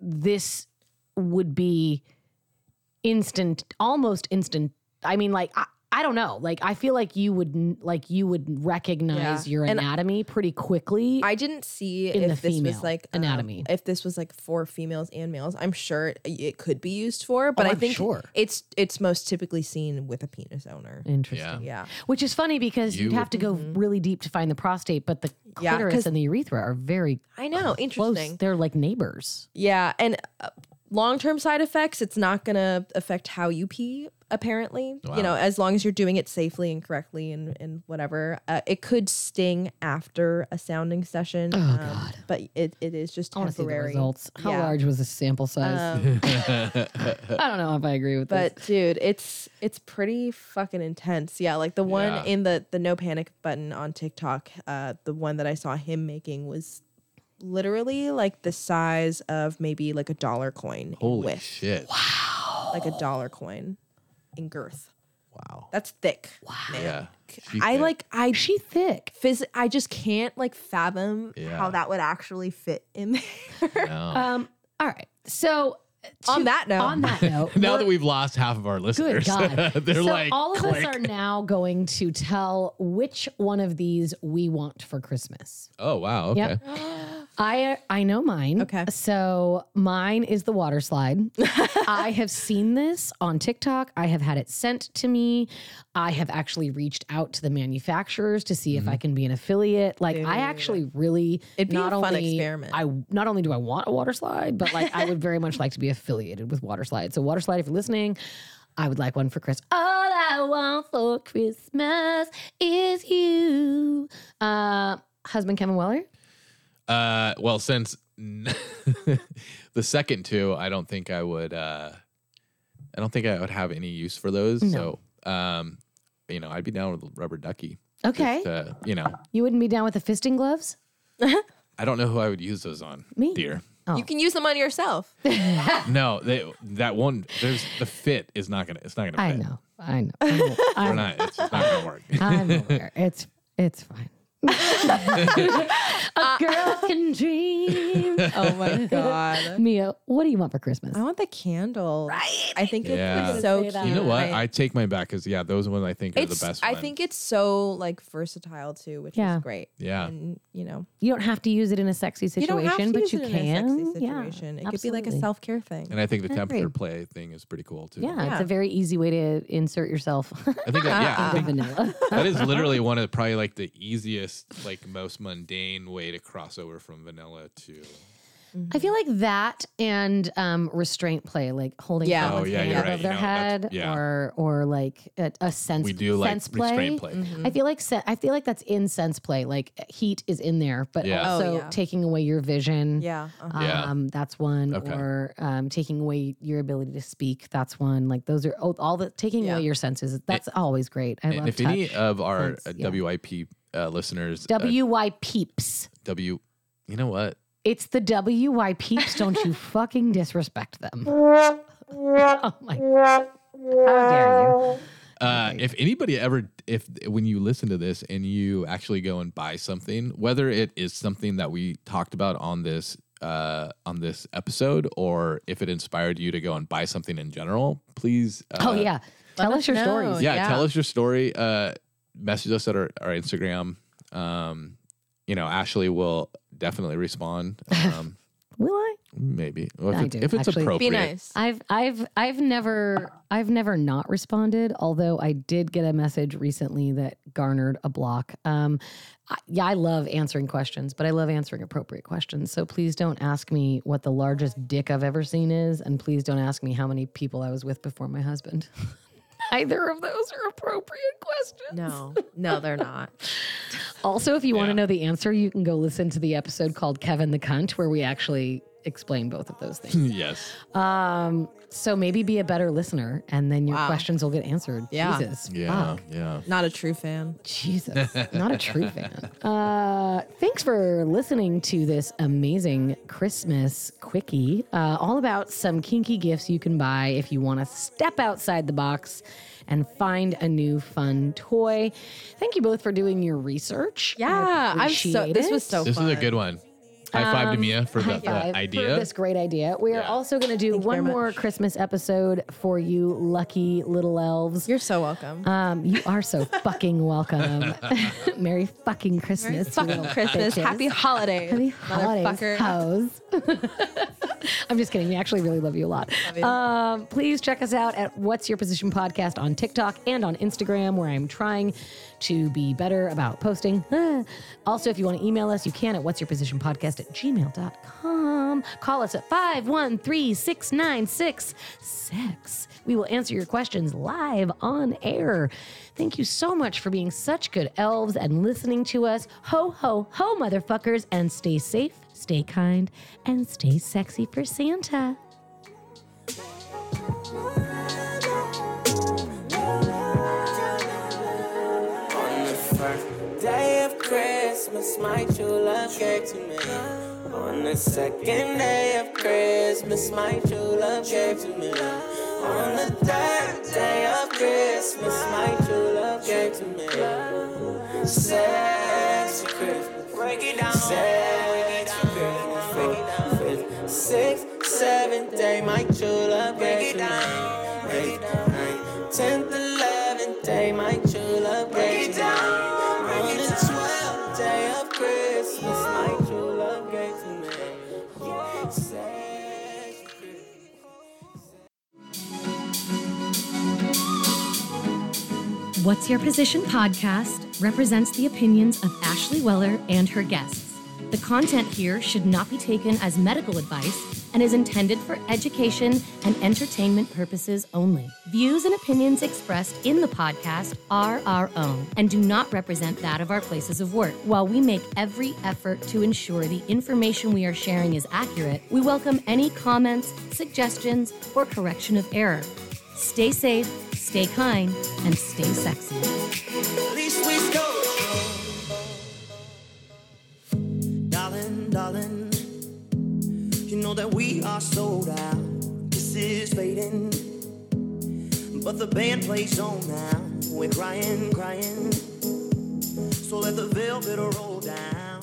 Speaker 5: this would be instant almost instant I mean like I, I don't know. Like I feel like you would n- like you would recognize
Speaker 2: Yeah.
Speaker 5: your
Speaker 2: And-
Speaker 5: anatomy pretty quickly.
Speaker 2: I didn't see
Speaker 5: In
Speaker 2: if
Speaker 5: the
Speaker 2: this
Speaker 5: female
Speaker 2: was like um,
Speaker 5: anatomy.
Speaker 2: if this was like for females and males, I'm sure it- it could be used for, but I
Speaker 5: Oh, I'm
Speaker 2: think
Speaker 5: sure.
Speaker 2: it's it's most typically seen with a penis owner.
Speaker 5: Interesting.
Speaker 4: Yeah.
Speaker 2: Yeah.
Speaker 5: Which is funny because
Speaker 4: You
Speaker 5: you'd have to go really deep to find the prostate, but the
Speaker 2: Mm-hmm. Yeah,
Speaker 5: clitoris
Speaker 2: 'cause-
Speaker 5: and the urethra are very
Speaker 2: I know. Interesting.
Speaker 5: close. They're like neighbors.
Speaker 2: Yeah, and uh, long-term side effects, it's not going to affect how you pee apparently. You know, as long as you're doing it safely and correctly and and whatever. Uh, it could sting after a sounding session. Oh
Speaker 5: God.
Speaker 2: But it, it is just
Speaker 5: I want to see the
Speaker 2: temporary.
Speaker 5: results. How
Speaker 2: Yeah. Um,
Speaker 5: large was the sample size? I don't know if I agree with
Speaker 2: But
Speaker 5: this.
Speaker 2: dude, it's it's pretty fucking intense. Yeah, like the one
Speaker 4: Yeah.
Speaker 2: in the the no panic button on TikTok, uh, the one that I saw him making was literally like the size of maybe like a dollar coin. in
Speaker 4: Holy
Speaker 2: width,
Speaker 4: shit.
Speaker 2: Like a dollar coin in girth.
Speaker 4: Wow.
Speaker 2: That's thick. Wow.
Speaker 4: Yeah. She
Speaker 2: I
Speaker 4: think-
Speaker 2: like I
Speaker 5: She thick.
Speaker 2: phys- I just can't like fathom
Speaker 4: Yeah.
Speaker 2: how that would actually fit in there.
Speaker 4: No.
Speaker 5: Um, all right. So to-
Speaker 2: On that note.
Speaker 5: on that note,
Speaker 4: now
Speaker 5: we're-
Speaker 4: that we've lost half of our
Speaker 5: Good
Speaker 4: listeners,
Speaker 5: God.
Speaker 4: they're
Speaker 5: so
Speaker 4: like,
Speaker 5: all of
Speaker 4: click.
Speaker 5: us are now going to tell which one of these we want for Christmas.
Speaker 4: oh wow, okay,
Speaker 5: Yep. I I know mine.
Speaker 2: Okay.
Speaker 5: So mine is the water slide. I have seen this on TikTok. I have had it sent to me. I have actually reached out to the manufacturers to see if I can be an affiliate. Like I actually really
Speaker 2: It'd be
Speaker 5: not
Speaker 2: a fun
Speaker 5: only
Speaker 2: experiment.
Speaker 5: I not only do I want a water slide, but like I would very much like to be affiliated with water slide. So water slide, if you're listening. I would like one for Christmas. All I want for Christmas is you. Uh, husband Kevin Weller.
Speaker 4: Uh, well, since n- the second two, I don't think I would. Uh, I don't think I would have any use for those. So, um, you know, I'd be down with a rubber ducky.
Speaker 5: Okay.
Speaker 4: Just, uh, you know,
Speaker 5: You wouldn't be down with the fisting gloves?
Speaker 4: I don't know who I would use those on.
Speaker 5: Me.
Speaker 4: dear.
Speaker 2: You can use them on yourself.
Speaker 4: No, they, that one. There's the fit is not gonna. It's not gonna.
Speaker 5: I
Speaker 4: fit.
Speaker 5: know. I know. I know.
Speaker 4: We're
Speaker 5: I'm,
Speaker 4: not. It's not gonna work.
Speaker 5: I'm aware. It's it's fine. A girl can dream.
Speaker 7: dream.
Speaker 2: Oh my god.
Speaker 7: Mia, what do you want for Christmas?
Speaker 2: I want the candle. Right. I think
Speaker 4: Yeah.
Speaker 2: it's so
Speaker 7: You
Speaker 2: cute.
Speaker 7: know
Speaker 4: You
Speaker 5: Uh,
Speaker 4: know what?
Speaker 2: I-
Speaker 4: I take my back because yeah, those ones I think are
Speaker 2: it's,
Speaker 4: the best.
Speaker 2: I
Speaker 4: one.
Speaker 2: think it's so like versatile too, which
Speaker 7: Yeah.
Speaker 2: is great.
Speaker 4: Yeah.
Speaker 2: And you know,
Speaker 7: You don't have to use it in a sexy situation,
Speaker 2: you don't have to
Speaker 7: but
Speaker 2: use
Speaker 7: you
Speaker 2: it
Speaker 7: can.
Speaker 2: In a sexy
Speaker 7: Yeah,
Speaker 2: situation. it could be like a
Speaker 7: absolutely.
Speaker 2: self care thing.
Speaker 4: and I think the
Speaker 7: agree.
Speaker 4: temperature play thing is pretty cool too.
Speaker 7: Yeah, it's
Speaker 2: Yeah.
Speaker 7: a very easy way to insert yourself
Speaker 4: I think that, yeah, I
Speaker 7: into
Speaker 4: think
Speaker 7: vanilla.
Speaker 4: that is literally one of the, probably like the easiest, like most mundane way to cross over from vanilla to.
Speaker 5: I feel like that and um, restraint play, like holding
Speaker 2: Yeah.
Speaker 5: someone's
Speaker 4: Oh, yeah,
Speaker 5: hand
Speaker 4: you're
Speaker 5: above
Speaker 4: right. You
Speaker 5: their
Speaker 4: know, that's-
Speaker 5: head,
Speaker 4: yeah.
Speaker 5: or or like a, a sense.
Speaker 4: We do like
Speaker 5: sense play. Mm-hmm.
Speaker 4: restraint play.
Speaker 2: Mm-hmm.
Speaker 5: I feel like se- I feel like that's in sense play. Like heat is in there, but
Speaker 4: Yeah. Oh,
Speaker 5: also
Speaker 2: yeah.
Speaker 5: taking away your vision.
Speaker 2: Yeah. uh-huh.
Speaker 4: Yeah.
Speaker 5: Um, that's one.
Speaker 4: Okay.
Speaker 5: Or um, taking away your ability to speak. That's one. Like those are oh, all the taking
Speaker 2: Yeah.
Speaker 5: away your senses. That's always great. I love
Speaker 4: And if
Speaker 5: touch.
Speaker 4: any of our
Speaker 5: sense,
Speaker 4: uh,
Speaker 5: yeah.
Speaker 4: WIP uh, listeners, uh,
Speaker 5: WY peeps.
Speaker 4: W, you know what?
Speaker 5: It's the WY peeps. Don't you fucking disrespect them. oh my. How dare you?
Speaker 4: Uh, if anybody ever, if when you listen to this and you actually go and buy something, whether it is something that we talked about on this uh, on this episode, or if it inspired you to go and buy something in general, please. Uh,
Speaker 5: Oh, yeah. Oh, Tell us,
Speaker 2: us
Speaker 5: your
Speaker 2: know.
Speaker 5: stories.
Speaker 4: yeah,
Speaker 2: Yeah.
Speaker 4: Tell us your story. Uh, message us at our, our Instagram. Um, you know, Ashley will definitely respond. Um,
Speaker 7: Will I?
Speaker 4: maybe Well, if,
Speaker 5: I
Speaker 4: it's-
Speaker 5: do,
Speaker 4: if it's
Speaker 5: actually. Be
Speaker 4: appropriate.
Speaker 2: Be nice.
Speaker 5: I've I've I've never I've never not responded. Although I did get a message recently that garnered a block. Um, I, yeah, I love answering questions, but I love answering appropriate questions. So please don't ask me what the largest dick I've ever seen is, and please don't ask me how many people I was with before my husband. Neither of those are appropriate questions.
Speaker 2: No, no, they're not.
Speaker 5: Also, if you want
Speaker 4: Yeah.
Speaker 5: to know the answer, you can go listen to the episode called Kevin the Cunt, where we actually explain both of those things.
Speaker 4: yes.
Speaker 5: Um, so maybe be a better listener, and then your
Speaker 2: Wow.
Speaker 5: questions will get answered.
Speaker 2: Yeah.
Speaker 5: Jesus,
Speaker 4: Yeah.
Speaker 5: fuck.
Speaker 4: Yeah.
Speaker 2: Not a true fan.
Speaker 5: Jesus, not a true fan. Uh, thanks for listening to this amazing Christmas quickie, uh, all about some kinky gifts you can buy if you want to step outside the box and find a new fun toy. Thank you both for doing your research. I
Speaker 2: Yeah, I'm so.
Speaker 5: appreciate
Speaker 2: This
Speaker 5: it.
Speaker 2: was so.
Speaker 4: This
Speaker 2: fun.
Speaker 4: is a good one. High five to Mia for the, the
Speaker 5: Um, High five for
Speaker 4: idea.
Speaker 5: this great idea. We are
Speaker 4: Yeah.
Speaker 5: also going to do one more Christmas episode for you, lucky little elves.
Speaker 2: You're so welcome.
Speaker 5: Um, you are so fucking welcome. Merry fucking Christmas, you
Speaker 2: Fucking
Speaker 5: little
Speaker 2: Christmas.
Speaker 5: bitches.
Speaker 2: Happy holidays.
Speaker 5: Happy holidays,
Speaker 2: motherfucker.
Speaker 5: hoes. I'm just kidding. We actually really love you a lot. Um, please check us out at What's Your Position Podcast on TikTok and on Instagram, where I'm trying to be better about posting. Also, if you want to email us, you can at What's Your Position Podcast at gmail.com. Call us at 513 696 sex. We will answer your questions live on air. Thank you so much for being such good elves and listening to us. Ho, ho, ho, motherfuckers, and stay safe, stay kind, and stay sexy for Santa.
Speaker 6: On the first day of Christmas, my true love gave to me. On the second day of Christmas, my true love gave to me. On the third day of Christmas, my true love gave to me. Sexy Christmas, break it down. Sexy Christmas, fourth, fifth, sixth, seventh day, my true love gave to me. Eighth, ninth, tenth, eleventh day, my true love gave to me. On the twelfth day of Christmas, my true love gave to me. Sexy Christmas.
Speaker 1: What's Your Position podcast represents the opinions of Ashley Weller and her guests. The content here should not be taken as medical advice and is intended for education and entertainment purposes only. Views and opinions expressed in the podcast are our own and do not represent that of our places of work. While we make every effort to ensure the information we are sharing is accurate, we welcome any comments, suggestions, or correction of error. Stay safe, stay kind, and stay sexy.
Speaker 6: At least we go. Darling, darling, you know that we are sold out. This is fading, but the band plays on now. We're crying, crying. So let the velvet roll down.